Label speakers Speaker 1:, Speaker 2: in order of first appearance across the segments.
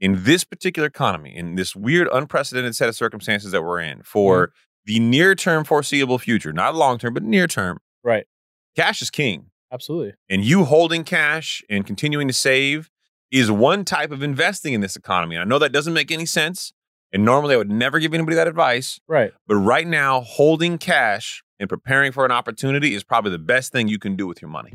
Speaker 1: in this particular economy, in this weird, unprecedented set of circumstances that we're in for the near term foreseeable future, not long term, but near term,
Speaker 2: Right.
Speaker 1: cash is king.
Speaker 2: Absolutely.
Speaker 1: And you holding cash and continuing to save is one type of investing in this economy. And I know that doesn't make any sense. And normally I would never give anybody that advice.
Speaker 2: Right.
Speaker 1: But right now, holding cash and preparing for an opportunity is probably the best thing you can do with your money.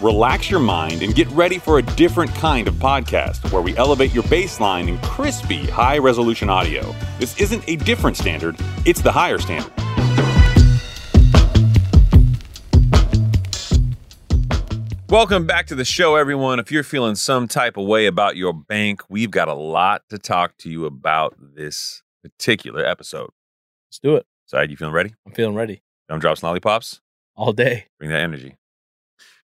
Speaker 1: Relax your mind and get ready for a different kind of podcast where we elevate your baseline in crispy, high resolution audio. This isn't a different standard, it's the higher standard. Welcome back to the show, everyone. If you're feeling some type of way about your bank, we've got a lot to talk to you about this particular episode.
Speaker 2: Let's do it.
Speaker 1: So, you feeling ready?
Speaker 2: I'm feeling ready
Speaker 1: Dumb drops and lollipops?
Speaker 2: all day.
Speaker 1: bring that energy.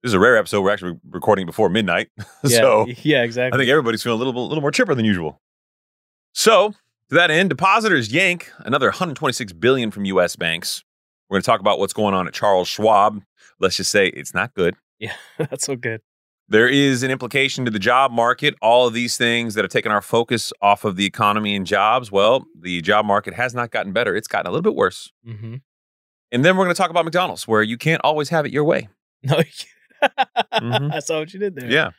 Speaker 1: This is a rare episode. We're actually recording before midnight,
Speaker 2: Yeah.
Speaker 1: so
Speaker 2: yeah,
Speaker 1: I
Speaker 2: exactly.
Speaker 1: think e everybody's feeling a little, little more chipper than usual. So, to that end, depositors yank another 126 billion from U.S. banks. We're going to talk about what's going on at Charles Schwab. Let's just say it's not good.
Speaker 2: That's so good.
Speaker 1: There is an implication to the job market. All of these things that have taken our focus off of the economy and jobs. Well, the job market has not gotten better. It's gotten a little bit worse.
Speaker 2: Mm-hmm.
Speaker 1: And then we're going to talk about McDonald's, where you can't always have it your way.
Speaker 2: No, you-
Speaker 1: Mhm.
Speaker 2: I saw what you did there.
Speaker 1: Yeah.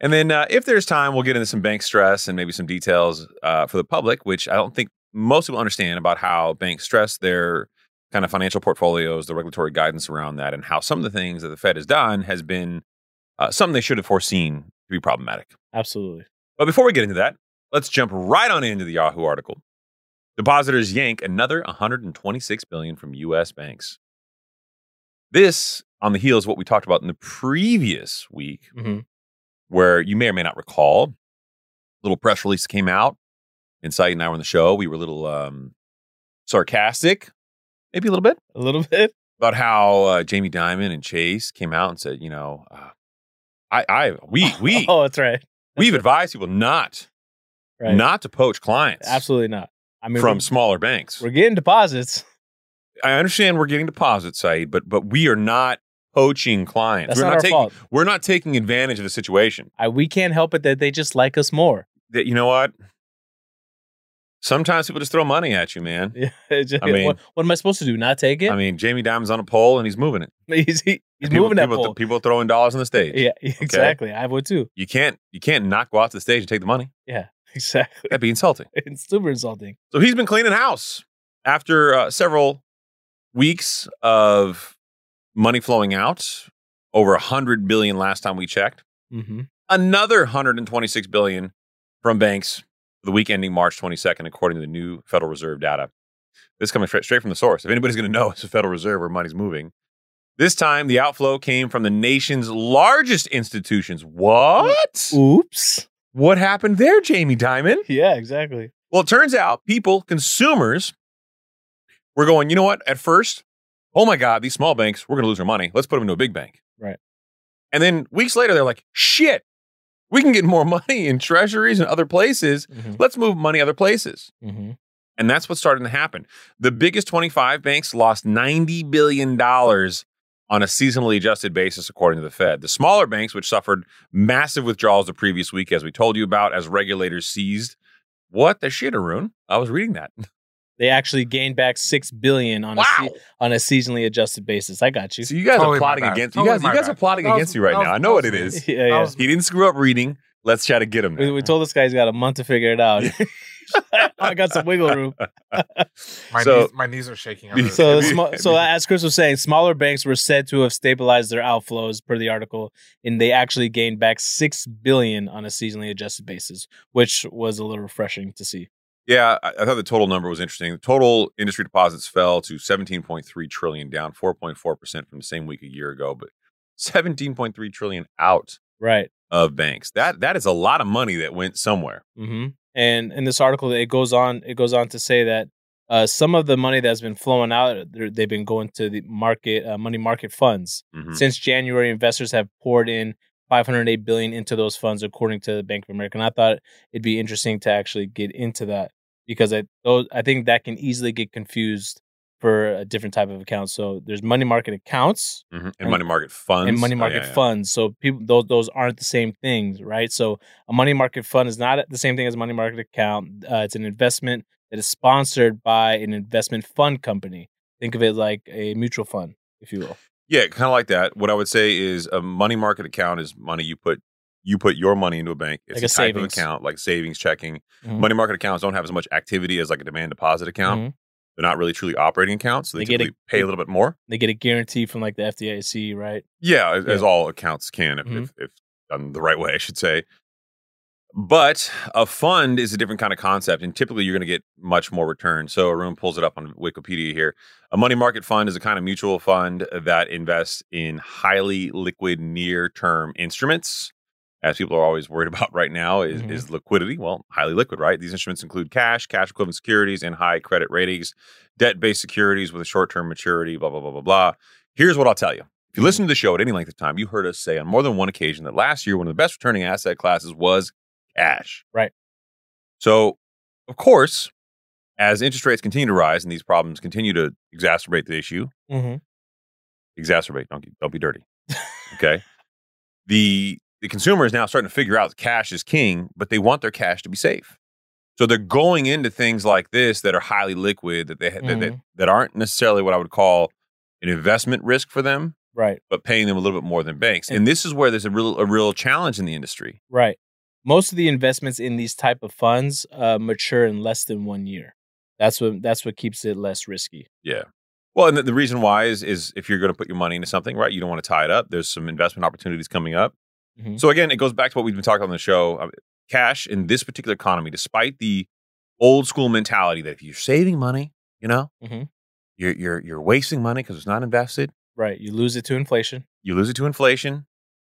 Speaker 1: And then uh, if there's time, we'll get into some bank stress and maybe some details uh, for the public, which I don't think most people understand about how banks stress their kind of financial portfolios, the regulatory guidance around that, and how some of the things that the Fed has done has been uh, something they should have foreseen to be problematic.
Speaker 2: Absolutely.
Speaker 1: But before we get into that, let's jump right on into the Yahoo article. Depositors yank another 126 billion from US banks. This on the heels of what we talked about in the previous week
Speaker 2: Mm-hmm.
Speaker 1: where you may or may not recall, a little press release came out. And Saeed and I were on the show. We were a little um, sarcastic, maybe a little bit,
Speaker 2: A little bit.
Speaker 1: about how uh, Jamie Dimon and Chase came out and said, you know, uh, I, I, we, we,
Speaker 2: Oh, that's right.
Speaker 1: we've advised people not,
Speaker 2: Right.
Speaker 1: not to poach clients
Speaker 2: Absolutely not. I mean,
Speaker 1: from
Speaker 2: we're,
Speaker 1: smaller banks.
Speaker 2: we're getting deposits.
Speaker 1: I understand we're getting deposits, Saeed, but but we are not poaching clients.
Speaker 2: That's
Speaker 1: we're
Speaker 2: not, our
Speaker 1: taking,
Speaker 2: fault.
Speaker 1: We're not taking advantage of the situation.
Speaker 2: I, we can't help it that they just like us more.
Speaker 1: That you know what? Sometimes people just throw money at you, man.
Speaker 2: Yeah. it's just-
Speaker 1: I mean-
Speaker 2: what, what am I supposed to do? Not take it?
Speaker 1: I mean, Jamie Dimon's on a pole and he's moving it.
Speaker 2: he's he- he's
Speaker 1: people,
Speaker 2: moving that
Speaker 1: people,
Speaker 2: pole.
Speaker 1: people throwing dollars on the stage.
Speaker 2: yeah, exactly. I would too.
Speaker 1: You can't you can't not go out to the stage and take the money.
Speaker 2: Exactly.
Speaker 1: That'd be insulting.
Speaker 2: It's super insulting.
Speaker 1: So he's been cleaning house after uh, several weeks of money flowing out, over a hundred billion last time we checked.
Speaker 2: Mm-hmm.
Speaker 1: Another 126 billion from banks the week ending March 22nd, according to the new Federal Reserve data. This coming straight straight from the source. If anybody's going to know, it's the Federal Reserve where money's moving. This time, the outflow came from the nation's largest institutions. What?
Speaker 2: Oops.
Speaker 1: What happened there, Jamie Dimon?
Speaker 2: Yeah, exactly.
Speaker 1: Well, it turns out people, consumers, were going, you know what? At first, oh my God, these small banks, we're going to lose our money. Let's put them into a big bank.
Speaker 2: Right.
Speaker 1: And then weeks later, they're like, shit, we can get more money in treasuries and other places.
Speaker 2: Mm-hmm.
Speaker 1: Let's move money other places.
Speaker 2: Mm-hmm.
Speaker 1: And that's what's starting to happen. The biggest 25 banks lost $90 billion on a seasonally adjusted basis, according to the Fed. The smaller banks, which suffered massive withdrawals the previous week, as we told you about, as regulators seized. What the shit, Arun? I was reading that.
Speaker 2: They actually gained back six billion on a se- on a seasonally adjusted basis. I got you.
Speaker 1: So you guys
Speaker 3: Totally
Speaker 1: are
Speaker 3: my
Speaker 1: plotting
Speaker 3: bad.
Speaker 1: against
Speaker 3: Totally
Speaker 1: you guys. You
Speaker 3: my
Speaker 1: guys are
Speaker 3: bad.
Speaker 1: plotting
Speaker 3: That was-
Speaker 1: against you right
Speaker 3: that was-
Speaker 1: now. I know what
Speaker 3: that
Speaker 1: it
Speaker 3: was
Speaker 1: is.
Speaker 3: me.
Speaker 2: yeah, yeah.
Speaker 3: That was-
Speaker 1: He didn't screw up reading.
Speaker 4: Let's try to get him.
Speaker 2: We,
Speaker 4: now.
Speaker 2: we told this guy he's got a month to figure it out. I got some wiggle room.
Speaker 3: My,
Speaker 4: So-
Speaker 3: knees, my knees are shaking. under this.
Speaker 2: So, the sma- so as Chris was saying, smaller banks were said to have stabilized their outflows per the article, and they actually gained back six billion on a seasonally adjusted basis, which was a little refreshing to see.
Speaker 1: Yeah, I, I thought the total number was interesting. The total industry deposits fell to 17.3 trillion, down 4.4% from the same week a year ago, but 17.3 trillion out
Speaker 2: Right.
Speaker 1: of banks. That that is a lot of money that went somewhere.
Speaker 2: hmm And in this article, it goes on. It goes on to say that uh, some of the money that's been flowing out, they're- they've been going to the market uh, money market funds.
Speaker 1: Mhm.
Speaker 2: Since January, investors have poured in 508 billion into those funds, according to the Bank of America. And I thought it'd be interesting to actually get into that because I those I think that can easily get confused for a different type of account. So there's money market accounts
Speaker 1: Mhm. And, money market funds.
Speaker 2: and money
Speaker 1: Oh,
Speaker 2: market
Speaker 1: yeah, yeah.
Speaker 2: funds. So people those those aren't the same things, right? So a money market fund is not the same thing as a money market account. Uh, it's an investment that is sponsored by an investment fund company. Think of it like a mutual fund, if you will.
Speaker 1: Yeah, kind of like that. What I would say is a money market account is money you put you put your money into a bank. It's
Speaker 2: Like
Speaker 1: a,
Speaker 2: a
Speaker 1: type of
Speaker 2: savings.
Speaker 1: account, like savings, checking.
Speaker 2: Mhm.
Speaker 1: Money market accounts don't have as much activity as like a demand deposit account.
Speaker 2: Mhm.
Speaker 1: They're not really truly operating accounts, so they,
Speaker 2: They get a-
Speaker 1: typically pay a little bit more.
Speaker 2: They get a guarantee from like the FDIC, right?
Speaker 1: Yeah, as, as
Speaker 2: Yeah.
Speaker 1: all accounts can, if, if, if done the right way, I should say. But a fund is a different kind of concept, and typically you're going to get much more return. So Arun pulls it up on Wikipedia here. A money market fund is a kind of mutual fund that invests in highly liquid, near term instruments. As people are always worried about right now, is,
Speaker 2: Mhm.
Speaker 1: is liquidity. Well, highly liquid, right? These instruments include cash, cash equivalent securities, and high credit ratings, debt based securities with a short term maturity, blah, blah, blah, blah, blah. Here's what I'll tell you. If you listen to the show at any length of time, you heard us say on more than one occasion that last year one of the best returning asset classes was cash.
Speaker 2: Right.
Speaker 1: So, of course, as interest rates continue to rise and these problems continue to exacerbate the issue,
Speaker 2: Mm-hmm.
Speaker 1: exacerbate, don't, don't be dirty. Okay. the the consumer is now starting to figure out that cash is king, but they want their cash to be safe. So they're going into things like this that are highly liquid, that they that, that,
Speaker 2: Mhm.
Speaker 1: that aren't necessarily what I would call an investment risk for them
Speaker 2: Right,
Speaker 1: but paying them a little bit more than banks. And this is where there's a real a real challenge in the industry.
Speaker 2: right. Most of the investments in these type of funds uh, mature in less than one year. That's what that's what keeps it less risky.
Speaker 1: Well, and the, the reason why is is if you're going to put your money into something, right? You don't want to tie it up. There's some investment opportunities coming up.
Speaker 2: Mhm.
Speaker 1: So again, it goes back to what we've been talking on the show. Uh, Cash in this particular economy, despite the old school mentality that if you're saving money, you know,
Speaker 2: Mhm.
Speaker 1: you're you're you're wasting money because it's not invested.
Speaker 2: Right, you lose it to inflation.
Speaker 1: You lose it to inflation.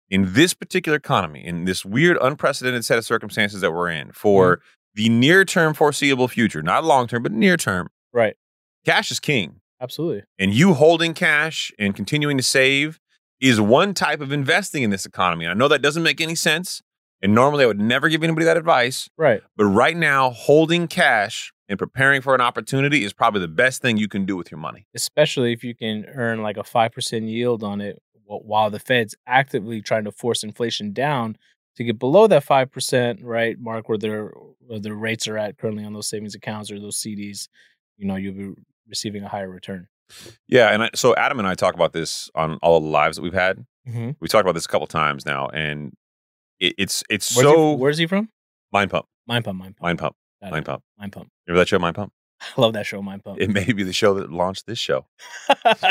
Speaker 1: In this particular economy, in this weird, unprecedented set of circumstances that we're in for the near term foreseeable future, not long term, but near term,
Speaker 2: Right,
Speaker 1: cash is king.
Speaker 2: absolutely.
Speaker 1: And you holding cash and continuing to save is one type of investing in this economy. And I know that doesn't make any sense. And normally I would never give anybody that advice.
Speaker 2: Right,
Speaker 1: But right now, holding cash and preparing for an opportunity is probably the best thing you can do with your money.
Speaker 2: especially if you can earn like a five percent yield on it, wh- while the Fed's actively trying to force inflation down to get below that five percent right mark where their where their rates are at currently on those savings accounts or those CDs. You know, you'll be receiving a higher return.
Speaker 1: Yeah. And I, so Adam and I talk about this on all the lives that we've had.
Speaker 2: Mm-hmm.
Speaker 1: We talked about this a couple times now. And it, it's, it's
Speaker 2: Where's
Speaker 1: so
Speaker 2: he, where's he from?
Speaker 1: mind pump,
Speaker 2: Mind pump, mind pump,
Speaker 1: mind pump,
Speaker 2: Got it. Oh.
Speaker 1: mind pump.
Speaker 2: Mind pump.
Speaker 1: Remember that show, Mind Pump?
Speaker 2: I love that show, Mind Pump.
Speaker 1: It may be the show that launched this show,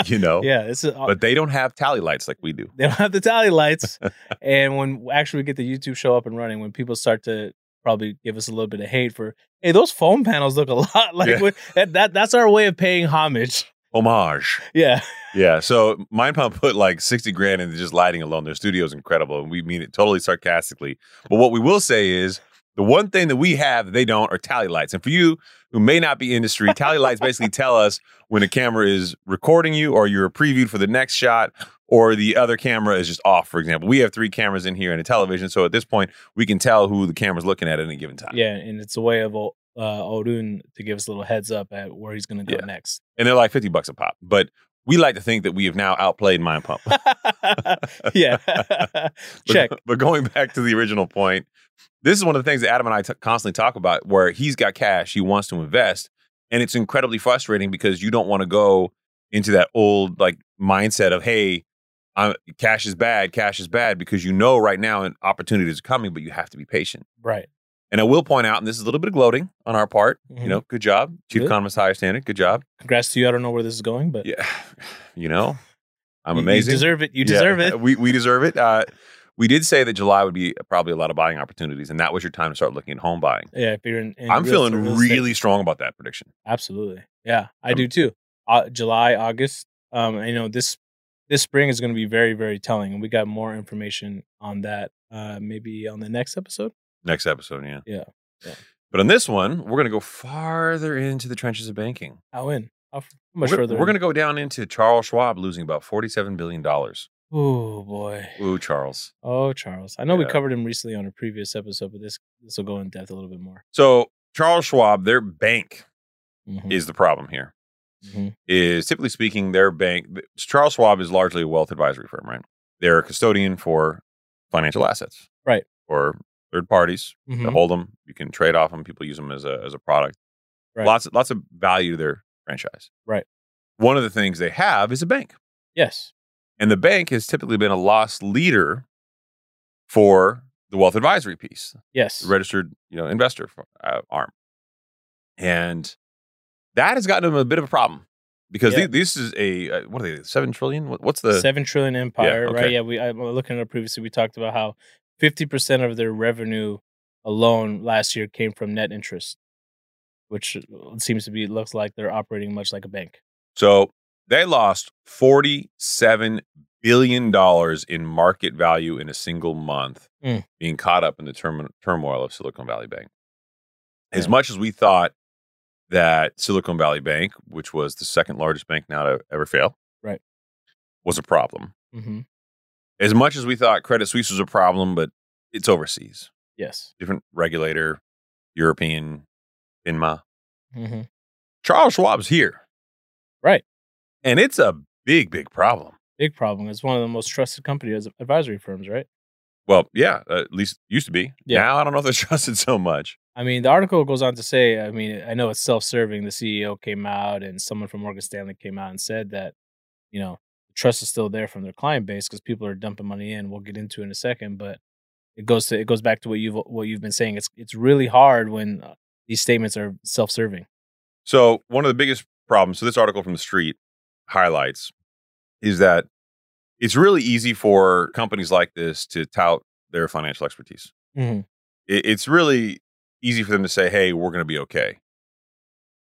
Speaker 1: you know?
Speaker 2: yeah, this is.
Speaker 1: But they don't have tally lights like we do.
Speaker 2: they don't have the tally lights, and when actually we get the YouTube show up and running, when people start to probably give us a little bit of hate for, hey, those phone panels look a lot like
Speaker 1: Yeah.
Speaker 2: what that, that. That's our way of paying homage.
Speaker 1: Homage.
Speaker 2: Yeah,
Speaker 1: Yeah. So Mind Pump put like 60 grand into just lighting alone. Their studio's incredible. And we mean it totally sarcastically. But what we will say is the one thing that we have that they don't are tally lights. And for you who may not be industry, tally lights basically tell us when a camera is recording you or you're previewed for the next shot or the other camera is just off, for example. We have three cameras in here and a television. So at this point, we can tell who the camera's looking at at any given time.
Speaker 2: yeah, and it's a way of uh, Odun to give us a little heads up at where he's going to go
Speaker 1: Yeah.
Speaker 2: next.
Speaker 1: And they're like 50 bucks a pop. But we like to think that we have now outplayed Mind Pump.
Speaker 2: yeah,
Speaker 1: But-
Speaker 2: check.
Speaker 1: But going back to the original point, this is one of the things that Adam and I t- constantly talk about where he's got cash, he wants to invest. And it's incredibly frustrating because you don't want to go into that old like mindset of, hey, uh, cash is bad, cash is bad because you know right now an opportunity is coming, but you have to be patient.
Speaker 2: Right.
Speaker 1: And I will point out, and this is a little bit of gloating on our part. You
Speaker 2: Mhm.
Speaker 1: know, good job, chief
Speaker 2: Good.
Speaker 1: economist, higher standard. Good job.
Speaker 2: Congrats to you. I don't know where this is going, but
Speaker 1: Yeah, you know, I'm
Speaker 2: you-
Speaker 1: amazing.
Speaker 2: You deserve it. You
Speaker 1: Yeah,
Speaker 2: deserve it.
Speaker 1: We we deserve it. Uh, we did say that July would be probably a lot of buying opportunities, and that was your time to start looking at home buying.
Speaker 2: Yeah, if you're in, in
Speaker 1: I'm
Speaker 2: real-
Speaker 1: feeling
Speaker 2: real estate.
Speaker 1: really strong about that prediction.
Speaker 2: absolutely. Yeah, I
Speaker 1: I'm-
Speaker 2: do too. Uh, July, August. Um, I know this this spring is going to be very, very telling, and we got more information on that. Uh, maybe on the next episode.
Speaker 1: Next episode, yeah,
Speaker 2: Yeah, yeah.
Speaker 1: But on this one, we're going to go farther into the trenches of banking.
Speaker 2: How in? How f- how much
Speaker 1: we're,
Speaker 2: further?
Speaker 1: We're going to go down into Charles Schwab losing about forty-seven billion dollars.
Speaker 2: Oh boy.
Speaker 1: Ooh, Charles.
Speaker 2: Oh, Charles. I know we
Speaker 1: Yeah.
Speaker 2: covered him recently on a previous episode, but this this will go in depth a little bit more.
Speaker 1: So Charles Schwab, their bank
Speaker 2: Mhm,
Speaker 1: is the problem here.
Speaker 2: mhm.
Speaker 1: Is typically speaking, their bank. Charles Schwab is largely a wealth advisory firm, right? They're a custodian for financial assets,
Speaker 2: Right.
Speaker 1: Or third parties
Speaker 2: Mhm.
Speaker 1: to hold them. You can trade off them. People use them as a as a product.
Speaker 2: Right.
Speaker 1: Lots lots of value to their franchise.
Speaker 2: Right.
Speaker 1: One of the things they have is a bank.
Speaker 2: Yes.
Speaker 1: And the bank has typically been a loss leader for the wealth advisory piece,
Speaker 2: Yes.
Speaker 1: the registered you know investor uh, arm, and that has gotten them a bit of a problem because
Speaker 2: Yeah.
Speaker 1: the- this is a uh, what are they seven trillion? What- What's the
Speaker 2: seven trillion empire,
Speaker 1: okay.
Speaker 2: right? Yeah, we I'm looking at it previously. We talked about how fifty percent of their revenue alone last year came from net interest, which uh, seems to be looks like they're operating much like a bank.
Speaker 1: so they lost forty seven billion dollars in market value in a single month,
Speaker 2: Mm.
Speaker 1: being caught up in the turmo- turmoil of Silicon Valley Bank. As
Speaker 2: Yeah.
Speaker 1: much as we thought that Silicon Valley Bank, which was the second largest bank now to ever fail,
Speaker 2: Right.
Speaker 1: was a problem.
Speaker 2: Mm-hmm.
Speaker 1: As much as we thought Credit Suisse was a problem, but it's overseas,
Speaker 2: Yes.
Speaker 1: different regulator, European, FINMA.
Speaker 2: Mm-hmm.
Speaker 1: Charles Schwab's here,
Speaker 2: Right.
Speaker 1: and it's a big, big problem.
Speaker 2: Big problem. It's one of the most trusted company as advisory firms, right?
Speaker 1: Well, yeah, uh, at least used to be.
Speaker 2: Yeah.
Speaker 1: Now I don't know if they're trusted so much.
Speaker 2: I mean, the article goes on to say, I mean, I know it's self-serving. The CEO came out and someone from Morgan Stanley came out and said that, you know, the trust is still there from their client base because people are dumping money in. We'll get into it in a second, but it goes to it goes back to what you've what you've been saying. It's it's really hard when uh, these statements are self-serving.
Speaker 1: So one of the biggest problems. So this article from the Street highlights is that it's really easy for companies like this to tout their financial expertise.
Speaker 2: Mm-hmm.
Speaker 1: it, it's really easy for them to say, hey, we're going to be okay.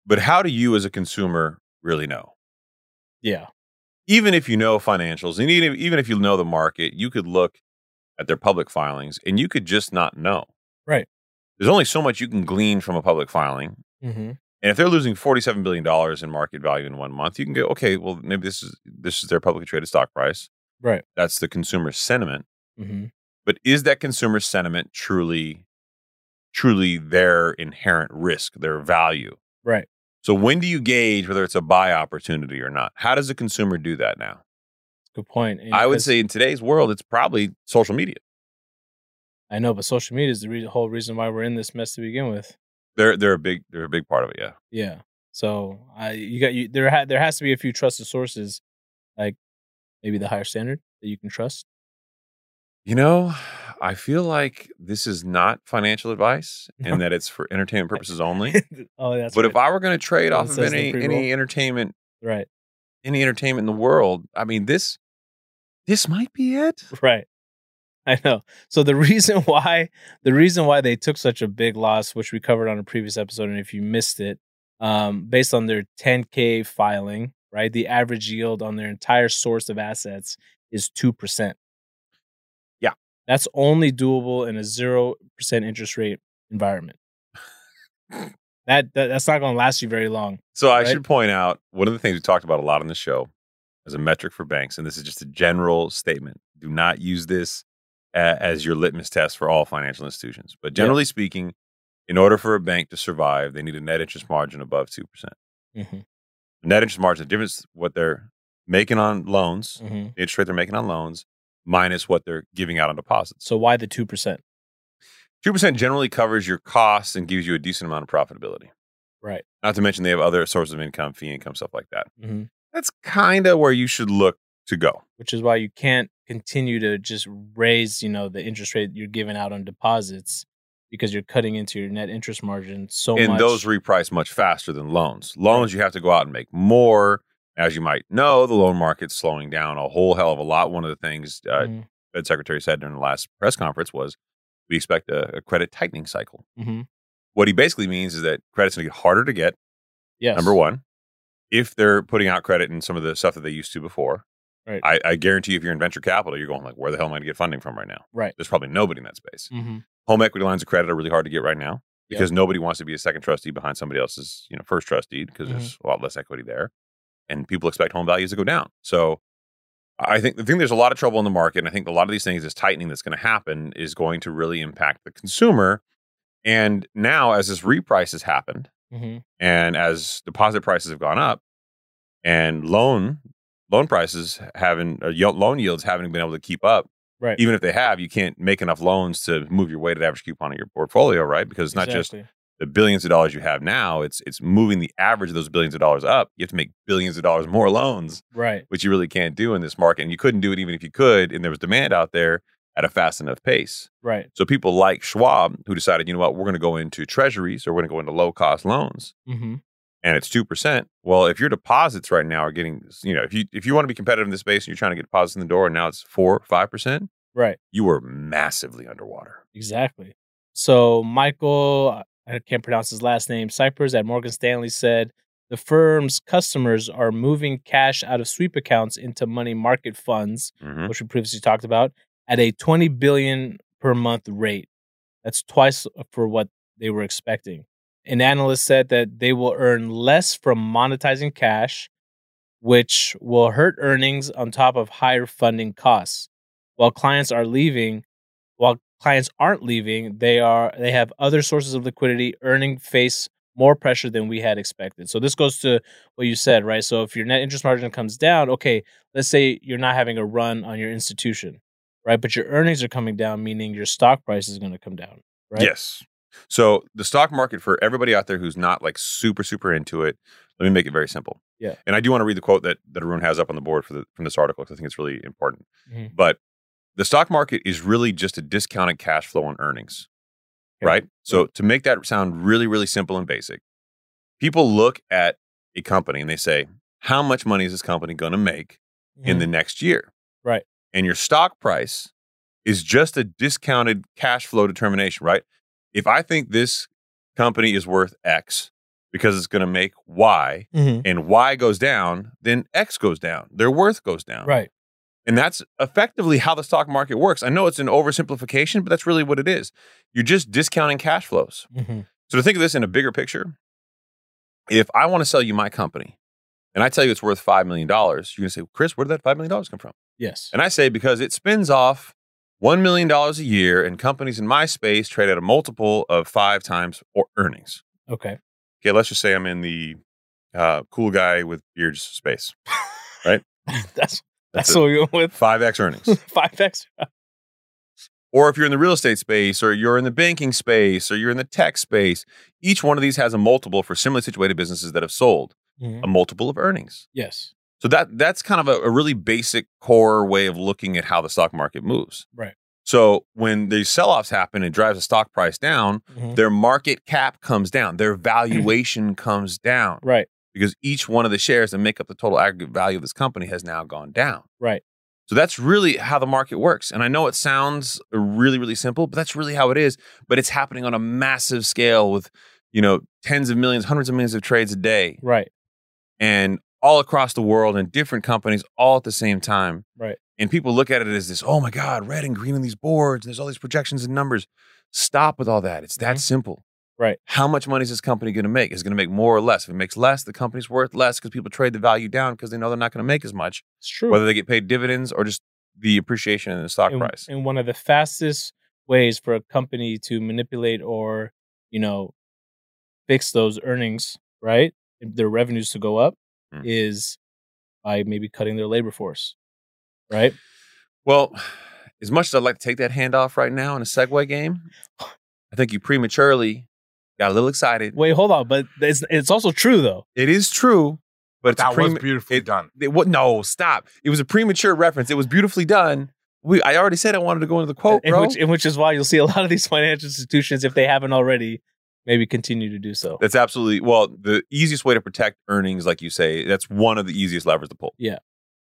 Speaker 1: But how do you as a consumer really know?
Speaker 2: Yeah,
Speaker 1: Even if you know financials and even if, even if you know the market, you could look at their public filings and you could just not know.
Speaker 2: Right.
Speaker 1: There's only so much you can glean from a public filing.
Speaker 2: mm-hmm.
Speaker 1: And if they're losing $47 billion in market value in one month, you can go, okay, well, maybe this is this is their publicly traded stock price.
Speaker 2: right.
Speaker 1: That's the consumer sentiment
Speaker 2: Mm-hmm.
Speaker 1: but is that consumer sentiment truly truly their inherent risk their value
Speaker 2: Right.
Speaker 1: so when do you gauge whether it's a buy opportunity or not how does the consumer do that now
Speaker 2: Good point. And
Speaker 1: i would
Speaker 2: 'cause-
Speaker 1: say in today's world it's probably social media
Speaker 2: I know, but social media is the re- whole reason why we're in this mess to begin with.
Speaker 1: they're they're a big they're a big part of it yeah
Speaker 2: Yeah. So I you got you there ha- there has to be a few trusted sources, like maybe the higher standard that you can trust.
Speaker 1: you know i feel like this is not financial advice and that it's for entertainment purposes only
Speaker 2: oh, that's
Speaker 1: but
Speaker 2: right.
Speaker 1: if i were going to trade
Speaker 2: Well,
Speaker 1: off
Speaker 2: it
Speaker 1: of
Speaker 2: says in
Speaker 1: any
Speaker 2: the pre-roll.
Speaker 1: any entertainment
Speaker 2: right,
Speaker 1: any entertainment in the world i mean this this might be it
Speaker 2: right. I know. So the reason why the reason why they took such a big loss, which we covered on a previous episode, and if you missed it, um, based on their 10K filing, right, the average yield on their entire source of assets is two percent.
Speaker 1: Yeah.
Speaker 2: That's only doable in a zero percent interest rate environment. that, that that's not going to last you very long.
Speaker 1: So I
Speaker 2: right?
Speaker 1: should point out one of the things we talked about a lot on the show as a metric for banks, and this is just a general statement. Do not use this a- as your litmus test for all financial institutions. But
Speaker 2: Yeah.
Speaker 1: generally speaking, in order for a bank to survive, they need a net interest margin above two percent.
Speaker 2: Mm-hmm.
Speaker 1: Net interest margin, the difference what they're making on loans,
Speaker 2: hmm
Speaker 1: the interest rate they're making on loans, minus what they're giving out on deposits.
Speaker 2: So why the two percent?
Speaker 1: Two percent generally covers your costs and gives you a decent amount of profitability.
Speaker 2: Right.
Speaker 1: Not to mention they have other sources of income, fee income, stuff like that.
Speaker 2: Mm-hmm.
Speaker 1: that's kind of where you should look to go.
Speaker 2: which is why you can't continue to just raise, you know, the interest rate you're giving out on deposits because you're cutting into your net interest margin so
Speaker 1: and
Speaker 2: much.
Speaker 1: those reprice much faster than loans. Loans you have to go out and make more. As you might know, the loan market's slowing down a whole hell of a lot. One of the things uh,
Speaker 2: Mhm,
Speaker 1: Fed Secretary said during the last press conference was we expect a, a credit tightening cycle.
Speaker 2: mhm.
Speaker 1: What he basically means is that credit's going to get harder to get,
Speaker 2: Yes.
Speaker 1: number one. If they're putting out credit in some of the stuff that they used to before,
Speaker 2: Right.
Speaker 1: I, I guarantee if you're in venture capital, you're going like, where the hell am I going to get funding from right now?
Speaker 2: Right.
Speaker 1: There's probably nobody in that space.
Speaker 2: hmm
Speaker 1: Home equity lines of credit are really hard to get right now
Speaker 2: Yeah.
Speaker 1: because nobody wants to be a second trustee behind somebody else's, you know, first trustee because
Speaker 2: Mhm.
Speaker 1: there's a lot less equity there, and people expect home values to go down. So, I think I think there's a lot of trouble in the market, and I think a lot of these things, this tightening that's going to happen, is going to really impact the consumer. And now, as this reprice has happened,
Speaker 2: hmm
Speaker 1: and as deposit prices have gone up and loan loan prices haven't or y- loan yields haven't been able to keep up
Speaker 2: Right.
Speaker 1: even if they have you can't make enough loans to move your weighted average coupon of your portfolio right because it's not just
Speaker 2: Exactly.
Speaker 1: the billions of dollars you have now it's it's moving the average of those billions of dollars up you have to make billions of dollars more loans
Speaker 2: right.
Speaker 1: which you really can't do in this market and you couldn't do it even if you could and there was demand out there at a fast enough pace
Speaker 2: Right.
Speaker 1: so people like schwab who decided you know what we're going to go into treasuries or we're going to go into low cost loans
Speaker 2: hmm
Speaker 1: and it's two percent. Well, if your deposits right now are getting, you know, if you if you want to be competitive in this space and you're trying to get deposits in the door, and now it's four five percent,
Speaker 2: Right.
Speaker 1: you are massively underwater.
Speaker 2: Exactly. So Michael, I can't pronounce his last name, Cypress at Morgan Stanley said the firm's customers are moving cash out of sweep accounts into money market funds
Speaker 1: Mhm.
Speaker 2: which we previously talked about, at a 20 billion per month rate. That's twice uh, for what they were expecting. An analyst said that they will earn less from monetizing cash, which will hurt earnings on top of higher funding costs. While clients are leaving, while clients aren't leaving, they are they have other sources of liquidity earning face more pressure than we had expected. So this goes to what you said, right? So if your net interest margin comes down, okay, let's say you're not having a run on your institution, right? But your earnings are coming down, meaning your stock price is going to come down, right?
Speaker 1: Yes. So the stock market for everybody out there who's not like super super into it, let me make it very simple.
Speaker 2: Yeah.
Speaker 1: And I do want to read the quote that that Arun has up on the board for the, from this article because I think it's really important.
Speaker 2: Mhm.
Speaker 1: But the stock market is really just a discounted cash flow on earnings.
Speaker 2: Okay.
Speaker 1: right? So to make that sound really, really simple and basic, people look at a company and they say, how much money is this company going to make in the next year?
Speaker 2: Mm-hmm. Right.
Speaker 1: And your stock price is just a discounted cash flow determination, right? If I think this company is worth X because it's going to make Y
Speaker 2: Mhm.
Speaker 1: and Y goes down, then X goes down. Their worth goes down.
Speaker 2: right,
Speaker 1: And that's effectively how the stock market works. I know it's an oversimplification, but that's really what it is. You're just discounting cash flows.
Speaker 2: hmm
Speaker 1: So to think of this in a bigger picture, if I want to sell you my company and I tell you it's worth $5 million, you're going to say, Chris, where did that $5 million come from?
Speaker 2: yes,
Speaker 1: And I say, because it spins off $1 million a year and companies in my space trade at a multiple of five times or earnings.
Speaker 2: okay,
Speaker 1: Okay, let's just say I'm in the uh, cool guy with beards space.
Speaker 2: that's that's,
Speaker 1: That's
Speaker 2: what we went with
Speaker 1: 5X earnings.
Speaker 2: five x.
Speaker 1: or if you're in the real estate space or you're in the banking space or you're in the tech space, each one of these has a multiple for similarly situated businesses that have sold, a multiple of earnings.
Speaker 2: Yes,
Speaker 1: So that that's kind of a, a really basic core way of looking at how the stock market moves.
Speaker 2: Right.
Speaker 1: So when these sell-offs happen, it drives the stock price down,
Speaker 2: Mhm.
Speaker 1: their market cap comes down, their valuation comes down
Speaker 2: right,
Speaker 1: because each one of the shares that make up the total aggregate value of this company has now gone down.
Speaker 2: Right.
Speaker 1: So that's really how the market works. And I know it sounds really, really simple, but that's really how it is. But it's happening on a massive scale with, you know, tens of millions, hundreds of millions of trades a day
Speaker 2: right,
Speaker 1: and all across the world and different companies all at the same time.
Speaker 2: Right.
Speaker 1: And people look at it as this, oh my God, red and green on these boards, and there's all these projections and numbers. Stop with all that. It's that
Speaker 2: Mhm.
Speaker 1: simple.
Speaker 2: Right.
Speaker 1: How much money is this company going to make? Is it going to make more or less? If it makes less, the company's worth less because people trade the value down because they know they're not going to make as much,
Speaker 2: it's true.
Speaker 1: whether they get paid dividends or just the appreciation in the stock
Speaker 2: and,
Speaker 1: price.
Speaker 2: and one of the fastest ways for a company to manipulate or you know fix those earnings right their revenues to go up
Speaker 1: Mm.
Speaker 2: is by maybe cutting their labor force right
Speaker 1: Well, as much as I'd like to take that handoff right now in a segue game, I think you prematurely got a little excited.
Speaker 2: wait hold on but it's, it's also true though
Speaker 1: It is true But it's a
Speaker 3: that was
Speaker 1: prema-
Speaker 3: beautifully
Speaker 1: it-
Speaker 3: done.
Speaker 1: it, what? No, stop. It was a premature reference. It was beautifully done. We, I already said I wanted to go into the quote,
Speaker 2: in
Speaker 1: Oh, bro.
Speaker 2: which, in which is why you'll see a lot of these financial institutions, if they haven't already, maybe continue to do so.
Speaker 1: That's absolutely well. The easiest way to protect earnings, like you say, that's one of the easiest levers to pull.
Speaker 2: Yeah.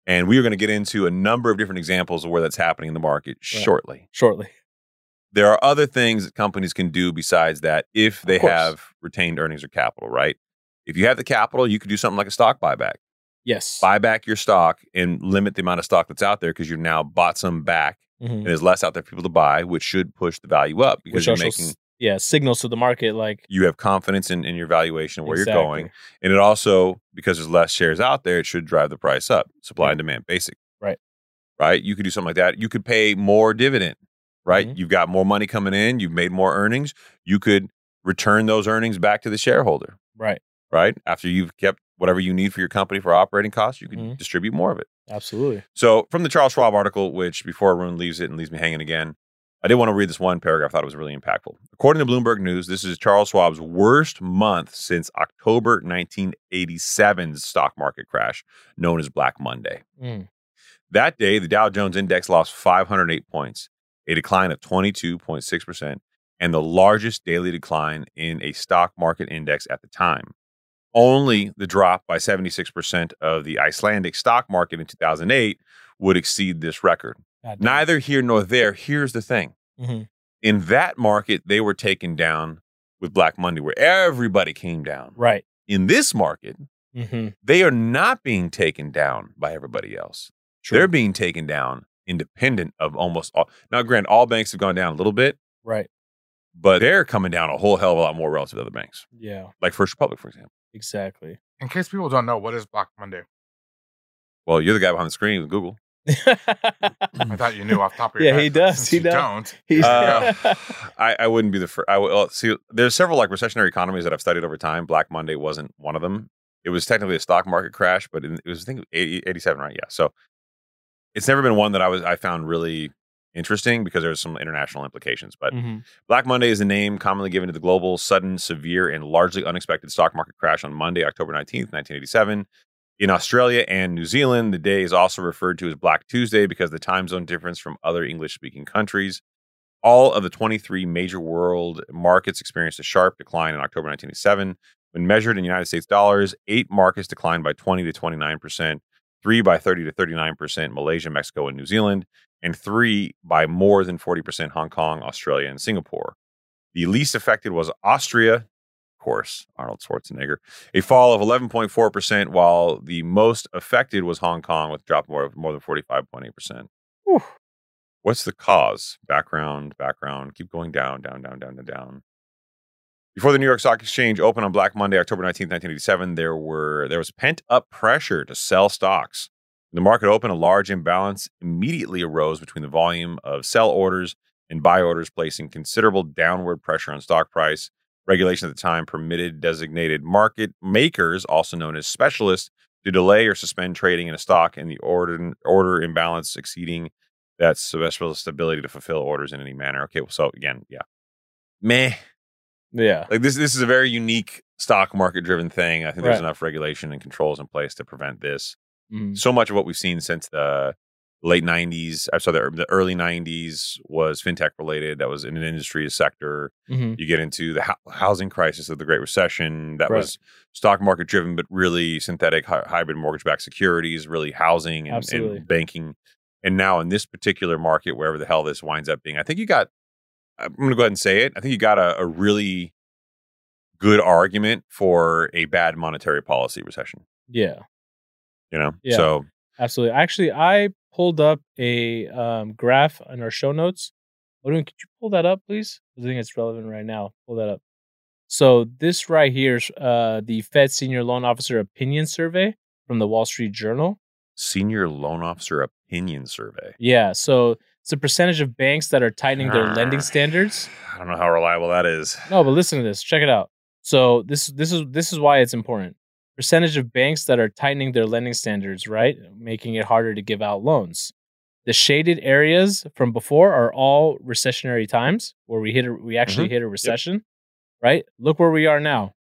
Speaker 1: And we are going to get into a number of different examples of where that's happening in the market shortly.
Speaker 2: Shortly,
Speaker 1: There are other things that companies can do besides that if they
Speaker 2: course.
Speaker 1: have retained earnings or capital, right? If you have the capital, you could do something like a stock buyback.
Speaker 2: yes.
Speaker 1: Buy back your stock and limit the amount of stock that's out there because you've now bought some back
Speaker 2: Mhm.
Speaker 1: and there's less out there for people to buy, which should push the value up because
Speaker 2: Which
Speaker 1: you're
Speaker 2: also s-
Speaker 1: making
Speaker 2: yeah signals to the market like
Speaker 1: you have confidence in, in your valuation of where
Speaker 2: exactly.
Speaker 1: you're going. And it also, because there's less shares out there, it should drive the price up. Supply and demand, basic.
Speaker 2: Right.
Speaker 1: Right. You could do something like that. You could pay more dividend, right?
Speaker 2: Mhm.
Speaker 1: You've got more money coming in. You've made more earnings. You could return those earnings back to the shareholder,
Speaker 2: Right.
Speaker 1: right? After you've kept whatever you need for your company for operating costs, you can
Speaker 2: Mhm.
Speaker 1: distribute more of it.
Speaker 2: Absolutely.
Speaker 1: So, from the Charles Schwab article, which before Arun leaves it and leaves me hanging again, I did want to read this one paragraph. I thought it was really impactful. According to Bloomberg News, this is Charles Schwab's worst month since October 1987's stock market crash, known as Black Monday.
Speaker 2: Mm.
Speaker 1: That day, the Dow Jones index lost 508 points, a decline of 22.6%, and the largest daily decline in a stock market index at the time. Only the drop by 76% of the Icelandic stock market in 2008 would exceed this record.
Speaker 2: God damn.
Speaker 1: Neither here nor there. Here's the thing
Speaker 2: Mhm.
Speaker 1: in that market, they were taken down with Black Monday, where everybody came down.
Speaker 2: Right.
Speaker 1: In this market,
Speaker 2: Mm-hmm.
Speaker 1: they are not being taken down by everybody else they're being taken down independent of almost all. Now, granted, all banks have gone down a little bit,
Speaker 2: Right.
Speaker 1: but they're coming down a whole hell of a lot more relative to other banks,
Speaker 2: Yeah.
Speaker 1: like First Republic, for example.
Speaker 2: Exactly.
Speaker 3: In case people don't know, what is Black Monday?
Speaker 1: Well, you're the guy behind the screen with Google.
Speaker 3: I thought you knew off the top of your
Speaker 2: Yeah,
Speaker 3: head.
Speaker 2: he
Speaker 3: but
Speaker 2: does,
Speaker 3: since
Speaker 2: he
Speaker 3: you
Speaker 2: does.
Speaker 3: don't.
Speaker 2: He's-
Speaker 1: Uh, I, I wouldn't be the first. I would, well, see. There's several like recessionary economies that I've studied over time. Black Monday wasn't one of them. It was technically a stock market crash, but in, it was I think 80, 87, right? Yeah. So it's never been one that I was I found really interesting because there's some international implications. But
Speaker 2: Mhm.
Speaker 1: Black Monday is a name commonly given to the global, sudden, severe, and largely unexpected stock market crash on Monday, October 19th, 1987. In Australia and New Zealand, the day is also referred to as Black Tuesday because of the time zone difference from other English speaking countries. All of the 23 major world markets experienced a sharp decline in October 1987. When measured in United States dollars, eight markets declined by 20 to 29%, three by 30 to 39%, Malaysia, Mexico, and New Zealand, and three by more than 40%, Hong Kong, Australia, and Singapore. The least affected was Austria, of course, Arnold Schwarzenegger, a fall of 11.4%, while the most affected was Hong Kong with a drop more, more than 45.8%.
Speaker 2: Whew.
Speaker 1: What's the cause? Background, background, keep going down, down, down, down, down, down. Before the New York Stock Exchange opened on Black Monday, October 19th, 1987, there were there was pent-up pressure to sell stocks. When the market opened, a large imbalance immediately arose between the volume of sell orders and buy orders, placing considerable downward pressure on stock price. Regulation at the time permitted designated market makers, also known as specialists, to delay or suspend trading in a stock in the order order imbalance exceeding that specialist's ability to fulfill orders in any manner. Okay, well, so again, yeah, meh.
Speaker 2: Yeah.
Speaker 1: Like this, this is a very unique stock market driven thing. I think there's
Speaker 2: Right.
Speaker 1: enough regulation and controls in place to prevent this.
Speaker 2: Mm.
Speaker 1: So much of what we've seen since the late 90s, I'm sorry, the, the early 90s was fintech related. That was in an industry a sector.
Speaker 2: Mhm.
Speaker 1: You get into the hou- housing crisis of the Great Recession. That
Speaker 2: Right.
Speaker 1: was stock market driven, but really synthetic hy- hybrid mortgage backed securities, really housing and,
Speaker 2: Absolutely.
Speaker 1: and banking. And now in this particular market, wherever the hell this winds up being, I think you got, I'm going to go ahead and say it. I think you got a, a really good argument for a bad monetary policy recession,
Speaker 2: Yeah.
Speaker 1: you know?
Speaker 2: Yeah.
Speaker 1: So
Speaker 2: Absolutely. Actually, I pulled up a um, graph in our show notes. Odin, could you pull that up, please? 'Cause I think it's relevant right now. Pull that up. So this right here is uh, the Fed Senior Loan Officer Opinion Survey from the Wall Street Journal.
Speaker 1: senior loan officer opinion survey.
Speaker 2: Yeah. So it's a percentage of banks that are tightening their lending
Speaker 1: Grr.
Speaker 2: standards.
Speaker 1: Ah, I don't know how reliable that is.
Speaker 2: No, but listen to this. Check it out. So this this is this is why it's important. Percentage of banks that are tightening their lending standards, right? Making it harder to give out loans. The shaded areas from before are all
Speaker 1: Mm-hmm.
Speaker 2: recessionary times where we hit a, we actually hit a recession, right? Look where we are now.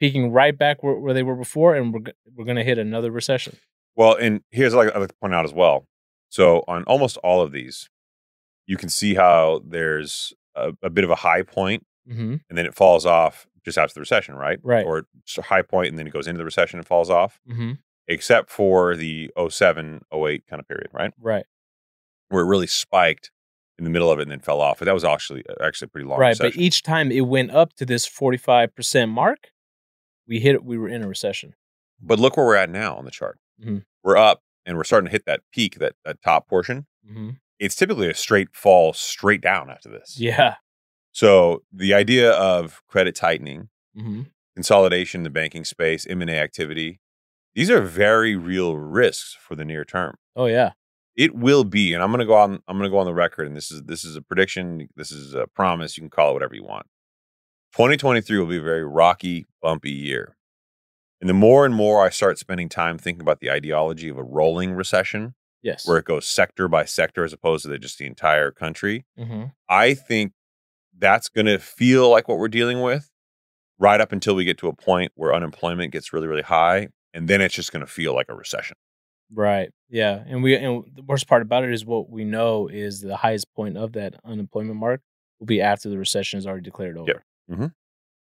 Speaker 2: peaking right back where, where they were before, and we're g- we're going to hit another recession.
Speaker 1: Well, and here's like I'd like to point out as well. So on almost all of these, you can see how there's a, a bit of a high point
Speaker 2: Mm-hmm.
Speaker 1: and then it falls off just after the recession, right?
Speaker 2: Right.
Speaker 1: Or it's a high point and then it goes into the recession and falls off,
Speaker 2: Mm-hmm.
Speaker 1: except for the 07, 08 kind of period, right?
Speaker 2: Right.
Speaker 1: Where it really spiked in the middle of it and then fell off. But that was actually uh, actually a pretty long
Speaker 2: right. But e
Speaker 1: recession.
Speaker 2: each time it went up to this forty five percent mark, we hit. We were in a recession.
Speaker 1: But look where we're at now on the chart.
Speaker 2: Mhm.
Speaker 1: We're up and we're starting to hit that peak, that, that top portion.
Speaker 2: Mm-hmm.
Speaker 1: It's typically a straight fall straight down after this.
Speaker 2: Yeah.
Speaker 1: So the idea of credit tightening,
Speaker 2: Mm-hmm.
Speaker 1: consolidation in the banking space, M&A activity, these are very real risks for the near term.
Speaker 2: Oh yeah.
Speaker 1: It will be, and I'm going to go on. I'm going to go on the record, and this is this is a prediction. This is a promise. You can call it whatever you want. 2023 will be a very rocky, bumpy year. And the more and more I start spending time thinking about the ideology of a rolling recession,
Speaker 2: Yes.
Speaker 1: where it goes sector by sector as opposed to the, just the entire country,
Speaker 2: Mm-hmm.
Speaker 1: I think that's going to feel like what we're dealing with right up until we get to a point where unemployment gets really, really high. And then it's just going to feel like a recession.
Speaker 2: Right. Yeah. And we and the worst part about it is what we know is the highest point of that unemployment mark will be after the recession is already declared over.
Speaker 1: Mhm.